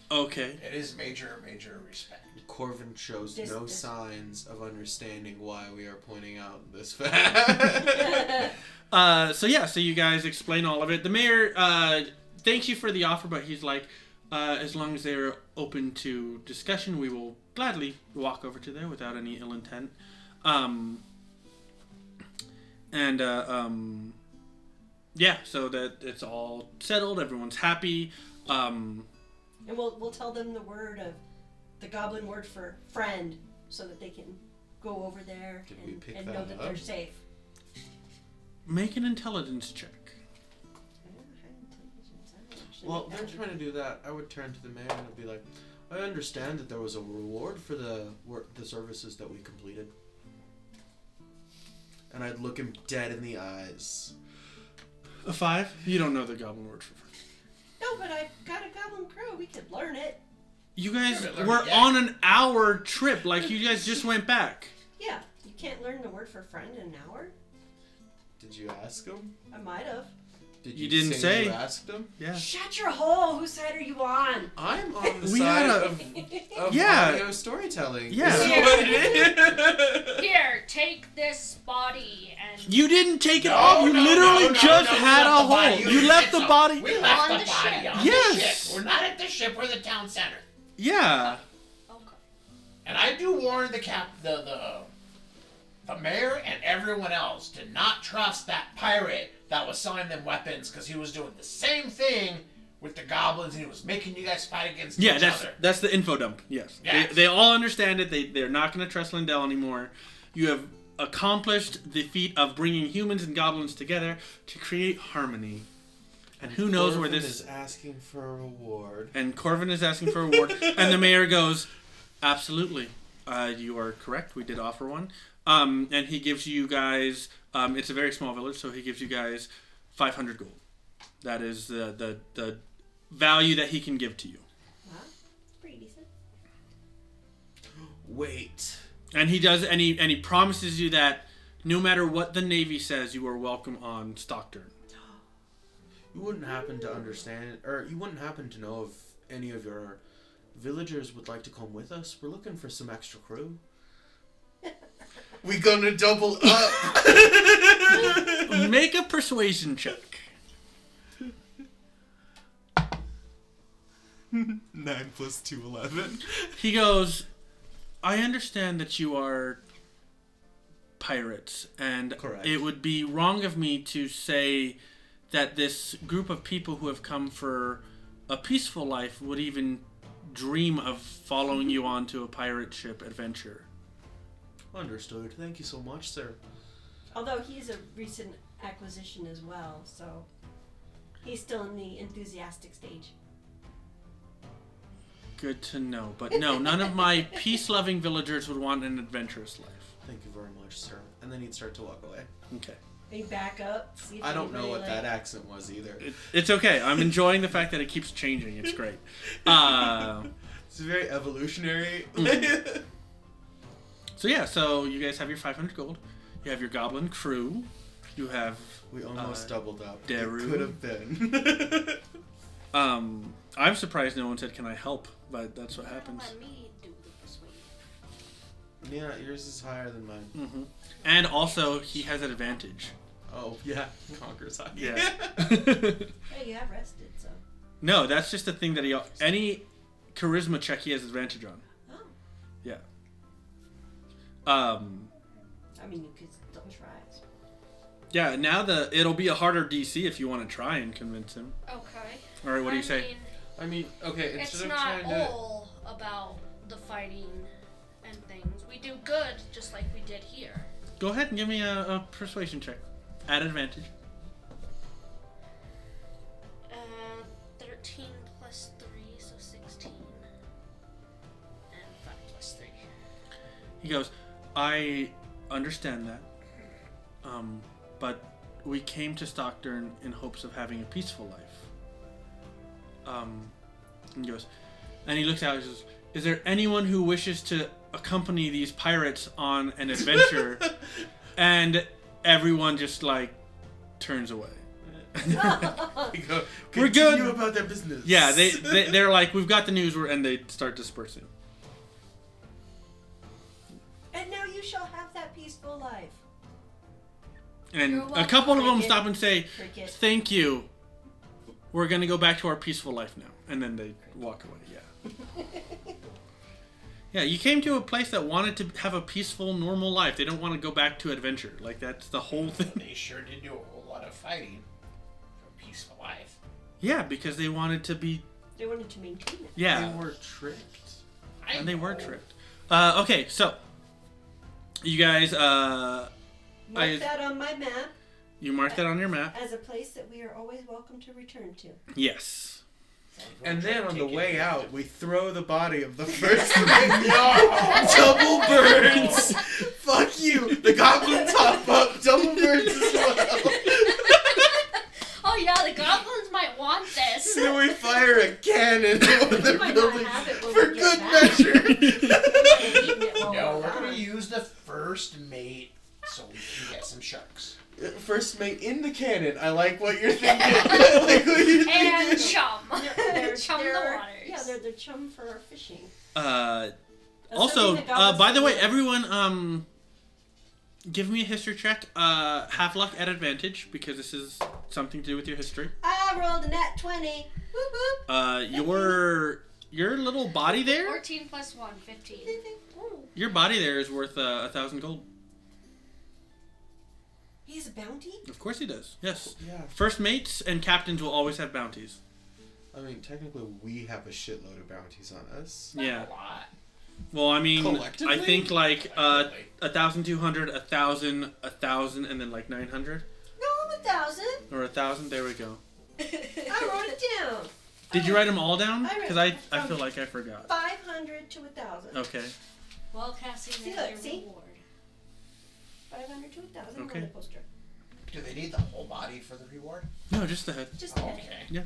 Speaker 1: Okay.
Speaker 2: It is major, major respect.
Speaker 4: Corvin shows
Speaker 3: This-
Speaker 4: no
Speaker 3: this-
Speaker 4: signs of understanding why we are pointing out this fact.
Speaker 1: Uh, so yeah, so you guys explain all of it. The mayor uh, thanks you for the offer, but he's like, uh, as long as they're open to discussion, we will gladly walk over to there without any ill intent. Um, and uh, um, yeah, so that it's all settled. Everyone's happy. Um,
Speaker 3: and we'll we'll tell them the word of the goblin word for friend so that they can go over there
Speaker 4: Did we
Speaker 3: and,
Speaker 4: pick
Speaker 3: and
Speaker 4: that
Speaker 3: know that they're
Speaker 4: up?
Speaker 3: safe
Speaker 1: make an intelligence check.
Speaker 4: well, they're trying to do that. I would turn to the mayor and I'd be like, I understand that there was a reward for the work, the services that we completed. And I'd look him dead in the eyes.
Speaker 1: A five? You don't know the goblin word for. friend.
Speaker 3: no but i've got a goblin crew we could learn it
Speaker 1: You guys
Speaker 2: Yeah, but learn
Speaker 1: were
Speaker 2: it yet.
Speaker 1: on an hour trip. Like you guys just went back.
Speaker 3: yeah you can't learn the word for friend in an hour
Speaker 4: Did you ask him?
Speaker 3: I might have.
Speaker 4: Did
Speaker 1: You didn't say.
Speaker 4: You asked him.
Speaker 1: Yeah.
Speaker 3: Shut your hole. Whose side are you on?
Speaker 4: I'm on the
Speaker 1: We
Speaker 4: side
Speaker 1: had a-
Speaker 4: of, of
Speaker 1: Yeah.
Speaker 4: audio storytelling.
Speaker 1: Yeah.
Speaker 4: This is
Speaker 7: Yeah.
Speaker 4: what it is.
Speaker 7: Here, take this body and
Speaker 1: You didn't take it
Speaker 2: No,
Speaker 1: off. Oh, You
Speaker 2: no,
Speaker 1: literally
Speaker 2: no, no,
Speaker 1: just
Speaker 2: no, we
Speaker 1: had
Speaker 2: left
Speaker 1: a
Speaker 2: the body.
Speaker 1: hole. You left the
Speaker 2: so
Speaker 1: body.
Speaker 2: We left
Speaker 5: On
Speaker 2: the,
Speaker 5: the
Speaker 2: body
Speaker 5: ship.
Speaker 2: on the
Speaker 1: Yes.
Speaker 2: ship. We're not at the ship. We're the town center.
Speaker 1: Yeah.
Speaker 7: okay.
Speaker 2: And I do warn the cap, the the, the mayor and everyone else to not trust that pirate that was selling them weapons because he was doing the same thing with the goblins and he was making you guys fight against
Speaker 1: Yeah,
Speaker 2: each
Speaker 1: that's
Speaker 2: other.
Speaker 1: that's the info dump. Yes.
Speaker 2: Yes.
Speaker 1: They, they all understand it. They they're not going to trust Lindell anymore. You have accomplished the feat of bringing humans and goblins together to create harmony. And who knows where
Speaker 4: Orphan
Speaker 1: this
Speaker 4: is asking for a reward.
Speaker 1: And Corvin is asking for a reward, and the mayor goes, "Absolutely, uh, you are correct. We did offer one." Um, and he gives you guys. Um, it's a very small village, so he gives you guys 500 gold. That is the the, the value that he can give to you.
Speaker 3: Huh? Pretty decent.
Speaker 4: Wait.
Speaker 1: And he does, and he and he promises you that no matter what the navy says, you are welcome on Stockton.
Speaker 4: You wouldn't happen to understand, or you wouldn't happen to know if any of your villagers would like to come with us. We're looking for some extra crew.
Speaker 6: We gonna double up.
Speaker 1: Make a persuasion check.
Speaker 4: Nine plus two, eleven.
Speaker 1: He goes, I understand that you are pirates, and
Speaker 4: Correct.
Speaker 1: it would be wrong of me to say that this group of people who have come for a peaceful life would even dream of following you onto a pirate ship adventure.
Speaker 4: Understood. Thank you so much, sir.
Speaker 3: Although he's a recent acquisition as well, so he's still in the enthusiastic stage.
Speaker 1: Good to know. But no, none of my peace loving villagers would want an adventurous life.
Speaker 4: Thank you very much, sir. And then he'd start to walk away.
Speaker 1: Okay.
Speaker 3: They back up. See if
Speaker 4: I don't know
Speaker 3: anybody,
Speaker 4: what
Speaker 3: like,
Speaker 4: that accent was either.
Speaker 1: It, it's okay. I'm enjoying the fact that it keeps changing. It's great. Uh,
Speaker 4: It's very evolutionary.
Speaker 1: Mm. so, yeah, so you guys have your 500 gold. You have your goblin crew. You have.
Speaker 4: we almost
Speaker 1: Uh,
Speaker 4: doubled up.
Speaker 1: Daru?
Speaker 4: It could have been.
Speaker 1: Um, I'm surprised no one said, Can I help? But that's what
Speaker 5: Don't
Speaker 1: happens.
Speaker 5: Let me do the persuade.
Speaker 4: yeah, yours is higher than mine.
Speaker 1: hmm And also, he has an advantage.
Speaker 4: Oh yeah, conquers high.
Speaker 3: Hey, you have rested, so.
Speaker 1: no, that's just the thing that he. Any charisma check he has advantage on.
Speaker 3: Oh,
Speaker 1: Um,
Speaker 3: I mean, you could still try. it.
Speaker 1: Yeah, now the it'll be a harder DC if you want to try and convince him.
Speaker 7: Okay.
Speaker 1: All right, what do you
Speaker 5: I
Speaker 1: say?
Speaker 5: Mean,
Speaker 6: I mean, okay, instead
Speaker 7: it's
Speaker 6: of
Speaker 7: not
Speaker 6: trying to.
Speaker 7: all about the fighting and things. We do good just like we did here.
Speaker 1: Go ahead and give me a, a persuasion check at advantage.
Speaker 5: uh, 13 plus 3, so 16. And 5 plus 3.
Speaker 1: He goes, "I understand that, um, but we came to Stockton in hopes of having a peaceful life." Um, and he goes, and he looks out. and says, "Is there anyone who wishes to accompany these pirates on an adventure?" and everyone just like turns away.
Speaker 4: We go,
Speaker 1: We're good.
Speaker 4: "Continue about their business.
Speaker 1: Yeah, they, they they're like, we've got the news, we're, and they start dispersing.
Speaker 3: and now you shall have that peaceful life.
Speaker 1: And
Speaker 7: You're
Speaker 1: a
Speaker 7: welcome,
Speaker 1: couple of them
Speaker 3: Cricket.
Speaker 1: stop and say,
Speaker 3: Cricket.
Speaker 1: "Thank you. We're gonna go back to our peaceful life now." And then they walk away. Yeah. yeah, you came to a place that wanted to have a peaceful, normal life. They don't want to go back to adventure. Like that's the whole thing.
Speaker 2: They sure did do a whole lot of fighting for a peaceful life.
Speaker 1: Yeah, because they wanted to be.
Speaker 3: They wanted to maintain it.
Speaker 1: Yeah.
Speaker 4: They were tricked.
Speaker 2: I
Speaker 1: and they were
Speaker 2: know.
Speaker 1: tricked. Uh, okay, so you guys, uh,
Speaker 3: Mark
Speaker 1: I-
Speaker 3: that on my map
Speaker 1: you marked that on your map.
Speaker 3: as a place that we are always welcome to return to.
Speaker 1: Yes.
Speaker 4: And then on the
Speaker 2: Take it
Speaker 4: way
Speaker 2: easy.
Speaker 4: out, we throw the body of the first man.
Speaker 2: Oh!
Speaker 4: double burns. Fuck you. The goblin top up. Double burns as well.
Speaker 5: Oh, yeah, the goblins might want this.
Speaker 4: And then we fire a cannon at
Speaker 3: We
Speaker 4: the
Speaker 3: might not
Speaker 4: building
Speaker 3: have it when
Speaker 4: for
Speaker 3: we get
Speaker 4: good
Speaker 3: back.
Speaker 4: measure.
Speaker 3: Eating it while
Speaker 2: No,
Speaker 3: we're
Speaker 2: Oh, we're gonna
Speaker 3: gone.
Speaker 2: use the first mate so we can get some sharks.
Speaker 4: First mate in the cannon. I like what you're thinking. I like what you're
Speaker 7: And
Speaker 4: thinking.
Speaker 7: chum.
Speaker 3: They're-
Speaker 7: chum the
Speaker 3: they're-
Speaker 7: waters.
Speaker 3: Yeah, they're the chum for fishing.
Speaker 1: Uh,
Speaker 3: That's
Speaker 1: also,
Speaker 3: something that
Speaker 1: uh,
Speaker 3: goblins
Speaker 1: by the
Speaker 3: do.
Speaker 1: way, everyone, um, give me a history check. Uh, half luck at advantage because this is something to do with your history.
Speaker 3: I rolled a nat 20. Whoop, whoop.
Speaker 1: Uh, your your little body there,
Speaker 7: 14 plus 1, 15.
Speaker 1: your body there is worth uh, a thousand gold.
Speaker 3: He's a bounty?
Speaker 1: Of course he does. Yes.
Speaker 4: Yeah.
Speaker 1: First mates and captains will always have bounties.
Speaker 4: I mean, technically, we have a shitload of bounties on us.
Speaker 1: Yeah.
Speaker 2: A lot.
Speaker 1: Well, I mean, I
Speaker 4: Collectively?
Speaker 1: think like uh,
Speaker 2: Collectively.
Speaker 1: a thousand two hundred, a thousand, a thousand, and then like nine hundred
Speaker 3: No, I'm a thousand.
Speaker 1: or a thousand. There we go.
Speaker 3: I wrote it down.
Speaker 1: Did you write them all down?
Speaker 3: I wrote-
Speaker 1: Because I, I
Speaker 3: um,
Speaker 1: feel like I forgot.
Speaker 3: 500 to a thousand.
Speaker 1: Okay.
Speaker 5: Well, Cassie,
Speaker 3: See,
Speaker 5: now
Speaker 3: look,
Speaker 5: your
Speaker 3: see?
Speaker 5: reward.
Speaker 3: 500 to a thousand
Speaker 1: Okay.
Speaker 3: on the poster.
Speaker 2: Do they need the whole body for the reward?
Speaker 1: No, just the head.
Speaker 3: Just the head.
Speaker 2: Okay.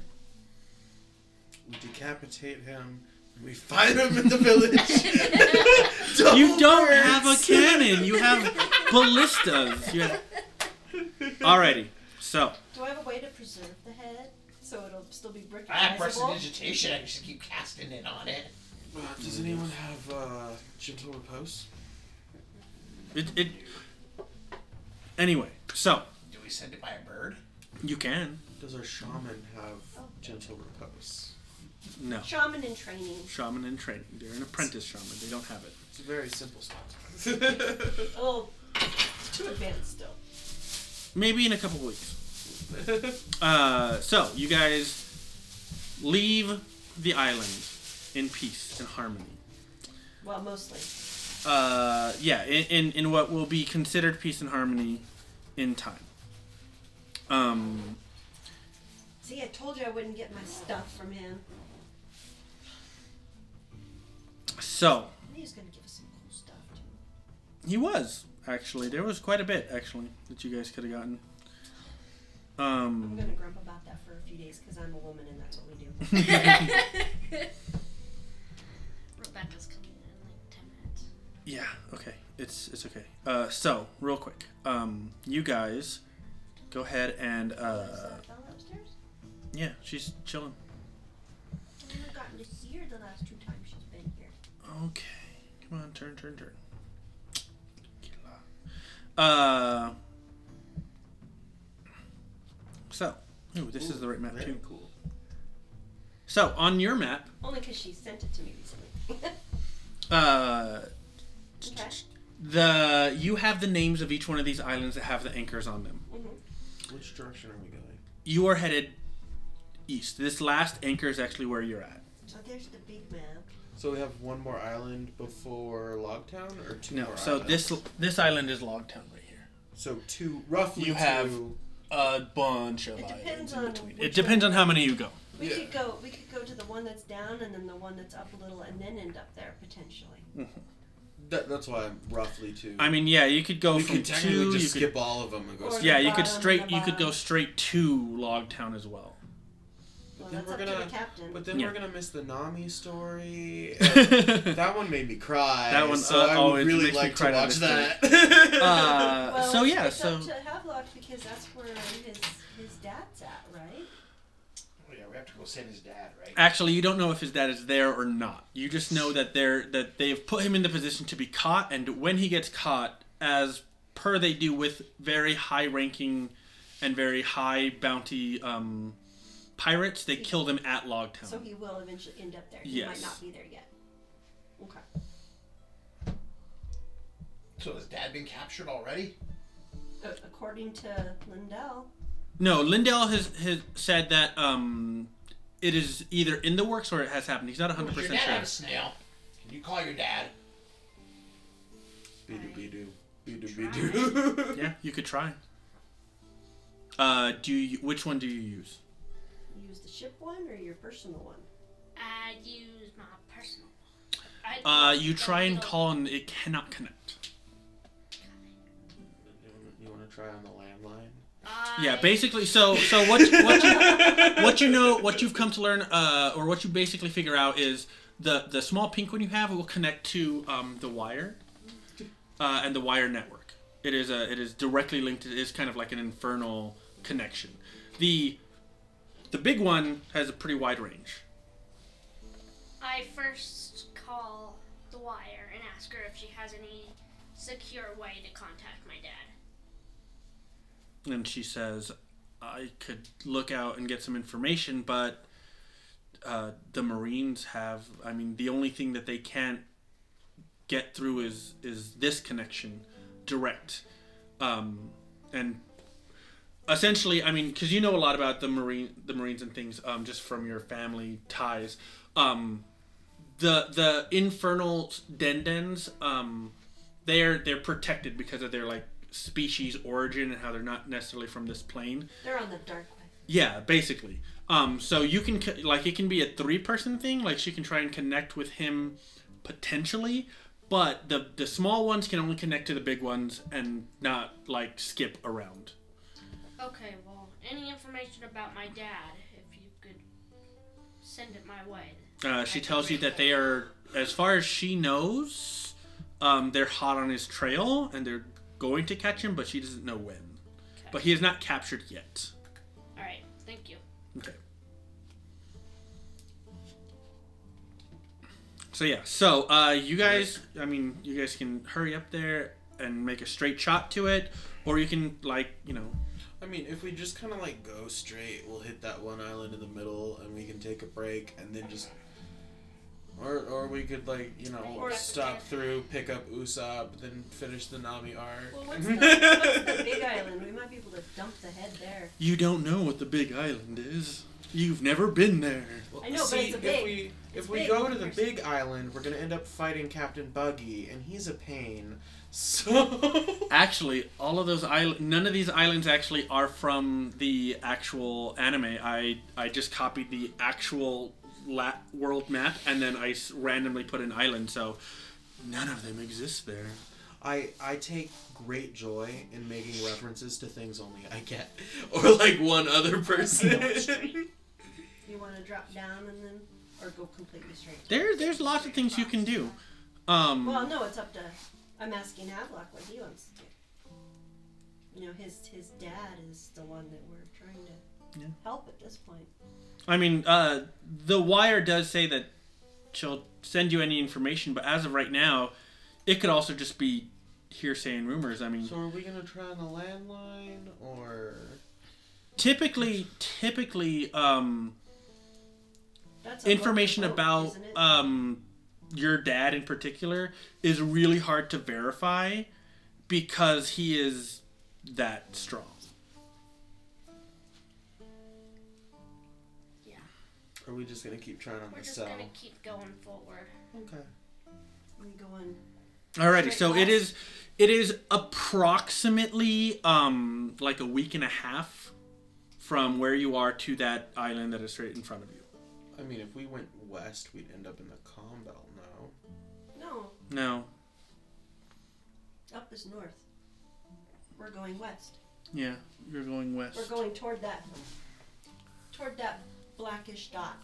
Speaker 4: We decapitate him. and We find him in the village. Double
Speaker 1: You don't
Speaker 4: birds.
Speaker 1: have a cannon. You have ballistas. You have. Alrighty. So
Speaker 3: Do I have a way to preserve the head so it'll still be brick
Speaker 2: I have prestidigitation. I can just keep casting in on it.
Speaker 4: Uh, does anyone have uh, gentle repose?
Speaker 1: it, it. Anyway, so
Speaker 2: Do we send it by a bird?
Speaker 1: you can.
Speaker 4: Does our shaman have gentle repose?
Speaker 1: No.
Speaker 3: Shaman in training.
Speaker 1: Shaman in training. They're an apprentice shaman. They don't have it.
Speaker 4: It's a very simple spot.
Speaker 3: Oh, too advanced still.
Speaker 1: Maybe in a couple weeks. Uh, so you guys leave the island in peace and harmony.
Speaker 3: Well, mostly.
Speaker 1: uh, yeah, in, in, in what will be considered peace and harmony in time. Um,
Speaker 3: See, I told you I wouldn't get my stuff from him.
Speaker 1: so,
Speaker 3: He was gonna give us some cool stuff too.
Speaker 1: he was, actually. There was quite a bit, actually, that you guys could have gotten.
Speaker 3: I'm
Speaker 1: Um,
Speaker 3: gonna grump about that for a few days because I'm a woman and that's what we do.
Speaker 5: Rebecca's coming in in like 10 minutes.
Speaker 1: yeah, okay. It's, it's okay. Uh, so, real quick, um, you guys go ahead and,
Speaker 3: Is
Speaker 1: uh,
Speaker 3: that fella upstairs?
Speaker 1: yeah, she's chilling.
Speaker 3: I haven't gotten to see her the last two times she's been here.
Speaker 1: Okay. Come on, turn, turn, turn. Uh. So, ooh, this is the right map too.
Speaker 4: cool.
Speaker 1: So on your map,
Speaker 3: Only because she sent it to me recently.
Speaker 1: uh,
Speaker 3: okay.
Speaker 1: the you have the names of each one of these islands that have the anchors on them.
Speaker 3: hmm
Speaker 4: Which direction are we going?
Speaker 1: You are headed east. This last anchor is actually where you're at.
Speaker 3: So there's the big map.
Speaker 4: So we have one more island before Logtown, or two
Speaker 1: No,
Speaker 4: more
Speaker 1: so
Speaker 4: islands?
Speaker 1: this this island is Logtown right here.
Speaker 4: So two, roughly
Speaker 1: You have-
Speaker 4: two-
Speaker 1: A bunch of
Speaker 3: It
Speaker 1: islands
Speaker 3: depends
Speaker 1: in
Speaker 3: on
Speaker 1: between. It
Speaker 3: which
Speaker 1: depends
Speaker 3: one.
Speaker 1: on how many you go.
Speaker 3: We
Speaker 4: Yeah.
Speaker 3: could go. We could go to the one that's down and then the one that's up a little and then end up there potentially.
Speaker 4: that, that's why I'm roughly two.
Speaker 1: I mean, yeah, you could go
Speaker 4: we
Speaker 1: from
Speaker 4: could technically
Speaker 1: two. you
Speaker 4: just
Speaker 1: could
Speaker 4: skip all of them and go.
Speaker 3: Or
Speaker 4: straight-
Speaker 1: Yeah, you
Speaker 3: bottom
Speaker 1: could
Speaker 3: and
Speaker 1: straight.
Speaker 3: the
Speaker 1: You could go
Speaker 3: bottom.
Speaker 1: straight to Logtown as well.
Speaker 3: Well,
Speaker 4: But then
Speaker 3: that's
Speaker 4: we're
Speaker 3: up to
Speaker 4: gonna-
Speaker 3: the captain.
Speaker 4: But then
Speaker 1: Yeah.
Speaker 4: we're gonna miss the Nami story.
Speaker 1: uh,
Speaker 4: that one made me cry.
Speaker 1: That one,
Speaker 4: so
Speaker 1: uh,
Speaker 4: I
Speaker 1: always
Speaker 4: would really
Speaker 1: makes me
Speaker 4: like
Speaker 1: cry
Speaker 4: to
Speaker 1: to
Speaker 4: watch
Speaker 1: this
Speaker 4: that.
Speaker 3: well,
Speaker 1: Uh, so
Speaker 3: it's-
Speaker 1: yeah,
Speaker 3: it's
Speaker 1: so
Speaker 3: up to Havelock because that's where his his dad's at, right?
Speaker 2: Oh, yeah, we have to go save his dad, right?
Speaker 1: actually, you don't know if his dad is there or not. You just know that they're that they've put him in the position to be caught, and when he gets caught, as per they do with very high-ranking and very high bounty um, pirates, they kill them at Logtown.
Speaker 3: So he will eventually end up there. He might
Speaker 1: Yes.
Speaker 3: not be there yet. Okay.
Speaker 2: So has dad been captured already?
Speaker 3: Uh, according to Lindell,
Speaker 1: No, Lindell has, has said that um, it is either in the works or it has happened. He's not
Speaker 2: Does
Speaker 1: 100%
Speaker 2: your
Speaker 1: sure.
Speaker 2: dad have a snail? Can you call your dad?
Speaker 4: Beedoo beedoo. Beedoo beedoo.
Speaker 1: Yeah, you could try. Uh, do you, which one do you use?
Speaker 3: you use the ship one or your personal one?
Speaker 5: I use my personal.
Speaker 7: I,
Speaker 1: Uh, you try and call and it cannot connect.
Speaker 4: you want to try on the landline?
Speaker 1: Yeah,
Speaker 5: I-
Speaker 1: basically. So, so what what you, what you know, what you've come to learn, uh, or what you basically figure out is the the small pink one you have will connect to um, the wire, uh, and the wire network. It is a it is directly linked. It is kind of like an infernal connection. The the big one has a pretty wide range.
Speaker 5: I first call the wire and ask her if she has any secure way to contact my dad.
Speaker 1: And she says, I could look out and get some information, but uh, the Marines have, I mean, the only thing that they can't get through is, is this connection direct. Um, and essentially, I mean, because you know a lot about the Marine, the Marines and things, um, just from your family ties. Um, the the infernal dendens, um, they're they're protected because of their like species origin and how they're not necessarily from this plane.
Speaker 3: They're on the dark one.
Speaker 1: Yeah, basically. Um, so you can co- like it can be a three person thing. Like she can try and connect with him potentially, but the the small ones can only connect to the big ones and not like skip around.
Speaker 5: Okay, well, any information about my dad, if you could send it my way.
Speaker 1: Uh, she tells you that they are, as far as she knows, um, they're hot on his trail and they're going to catch him, but she doesn't know when. But he is not captured yet.
Speaker 5: All right, thank you.
Speaker 1: Okay. So yeah, so uh, you guys, I mean, you guys can hurry up there and make a straight shot to it, or you can like, you know,
Speaker 4: I mean, if we just kind of like go straight, we'll hit that one island in the middle, and we can take a break, and then just, or or we could like you know
Speaker 5: Or-
Speaker 4: stop through, pick up Usopp, then finish the Nami arc.
Speaker 7: well, what's the,
Speaker 3: What's the big island? We might be able to dump the head there.
Speaker 1: you don't know what the Big Island is. You've never been there.
Speaker 4: Well,
Speaker 3: I know, but
Speaker 4: see,
Speaker 3: it's a big-
Speaker 4: If we,
Speaker 3: it's
Speaker 4: if we
Speaker 3: big
Speaker 4: go to the
Speaker 3: person.
Speaker 4: big island, we're gonna end up fighting Captain Buggy, and he's a pain. So
Speaker 1: Actually, all of those islands, none of these islands actually are from the actual anime. I I just copied the actual la- world map and then I s- randomly put an island, so none of them exist there.
Speaker 4: I I take great joy in making references to things only I get, or like one other person.
Speaker 3: You want to drop down and then, or go completely straight?
Speaker 1: There, there's lots of things you can do. Um,
Speaker 3: Well, no, it's up to. I'm asking Havelock what he wants to do. You know, his his dad is the one that we're trying to
Speaker 1: Yeah.
Speaker 3: help at this point.
Speaker 1: I mean, uh, the wire does say that she'll send you any information, but as of right now, it could also just be hearsay and rumors. I mean,
Speaker 4: so are we gonna try on the landline or?
Speaker 1: typically, typically, um,
Speaker 3: That's a
Speaker 1: information
Speaker 3: local vote,
Speaker 1: about
Speaker 3: isn't it?
Speaker 1: um, your dad in particular is really hard to verify because he is that strong.
Speaker 5: Yeah.
Speaker 4: Are we just gonna keep trying on
Speaker 5: We're
Speaker 4: the
Speaker 5: just
Speaker 4: cell?
Speaker 5: gonna keep going forward.
Speaker 4: Okay.
Speaker 3: we go on.
Speaker 1: Alrighty,
Speaker 3: Straight
Speaker 1: so it
Speaker 3: west.
Speaker 1: is it is approximately um like a week and a half from where you are to that island that is straight in front of you.
Speaker 4: I mean, if we went west, we'd end up in the calm belt. No.
Speaker 3: No,
Speaker 1: No.
Speaker 3: up is north. We're going west.
Speaker 1: Yeah, you're going west.
Speaker 3: We're going toward that, toward that blackish dot.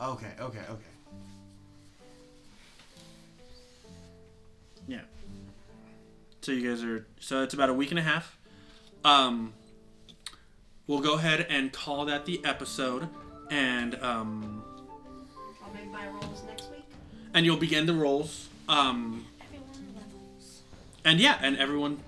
Speaker 4: Okay. Okay. Okay.
Speaker 1: So you guys are so it's about a week and a half. Um we'll go ahead and call that the episode and um
Speaker 3: I'll make my rolls next week.
Speaker 1: and you'll begin the rolls. Um
Speaker 5: Everyone levels.
Speaker 1: and yeah, and everyone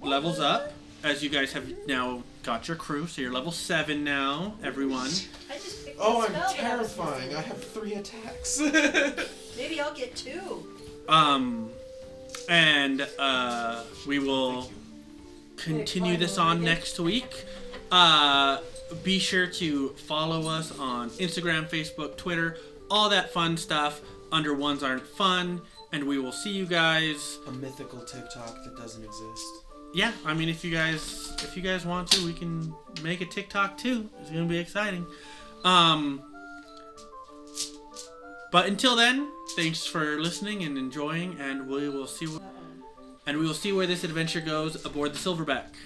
Speaker 1: levels up as you guys have now got your crew. So you're level 7 now, everyone.
Speaker 3: I just picked the
Speaker 4: Oh, I'm
Speaker 3: spell that I was
Speaker 4: terrifying.
Speaker 3: using.
Speaker 4: I have three attacks.
Speaker 3: Maybe I'll get two.
Speaker 1: Um, and uh, we will continue this on next week. Uh, be sure to follow us on Instagram, Facebook, Twitter, all that fun stuff under Ones Aren't Fun. And we will see you guys.
Speaker 4: A mythical TikTok that doesn't exist.
Speaker 1: Yeah, I mean, if you guys if you guys want to, we can make a TikTok too. It's gonna be exciting. Um, but until then, thanks for listening and enjoying, and we will see. What-
Speaker 3: Uh-oh.
Speaker 1: and we will see where this adventure goes aboard the Silverback.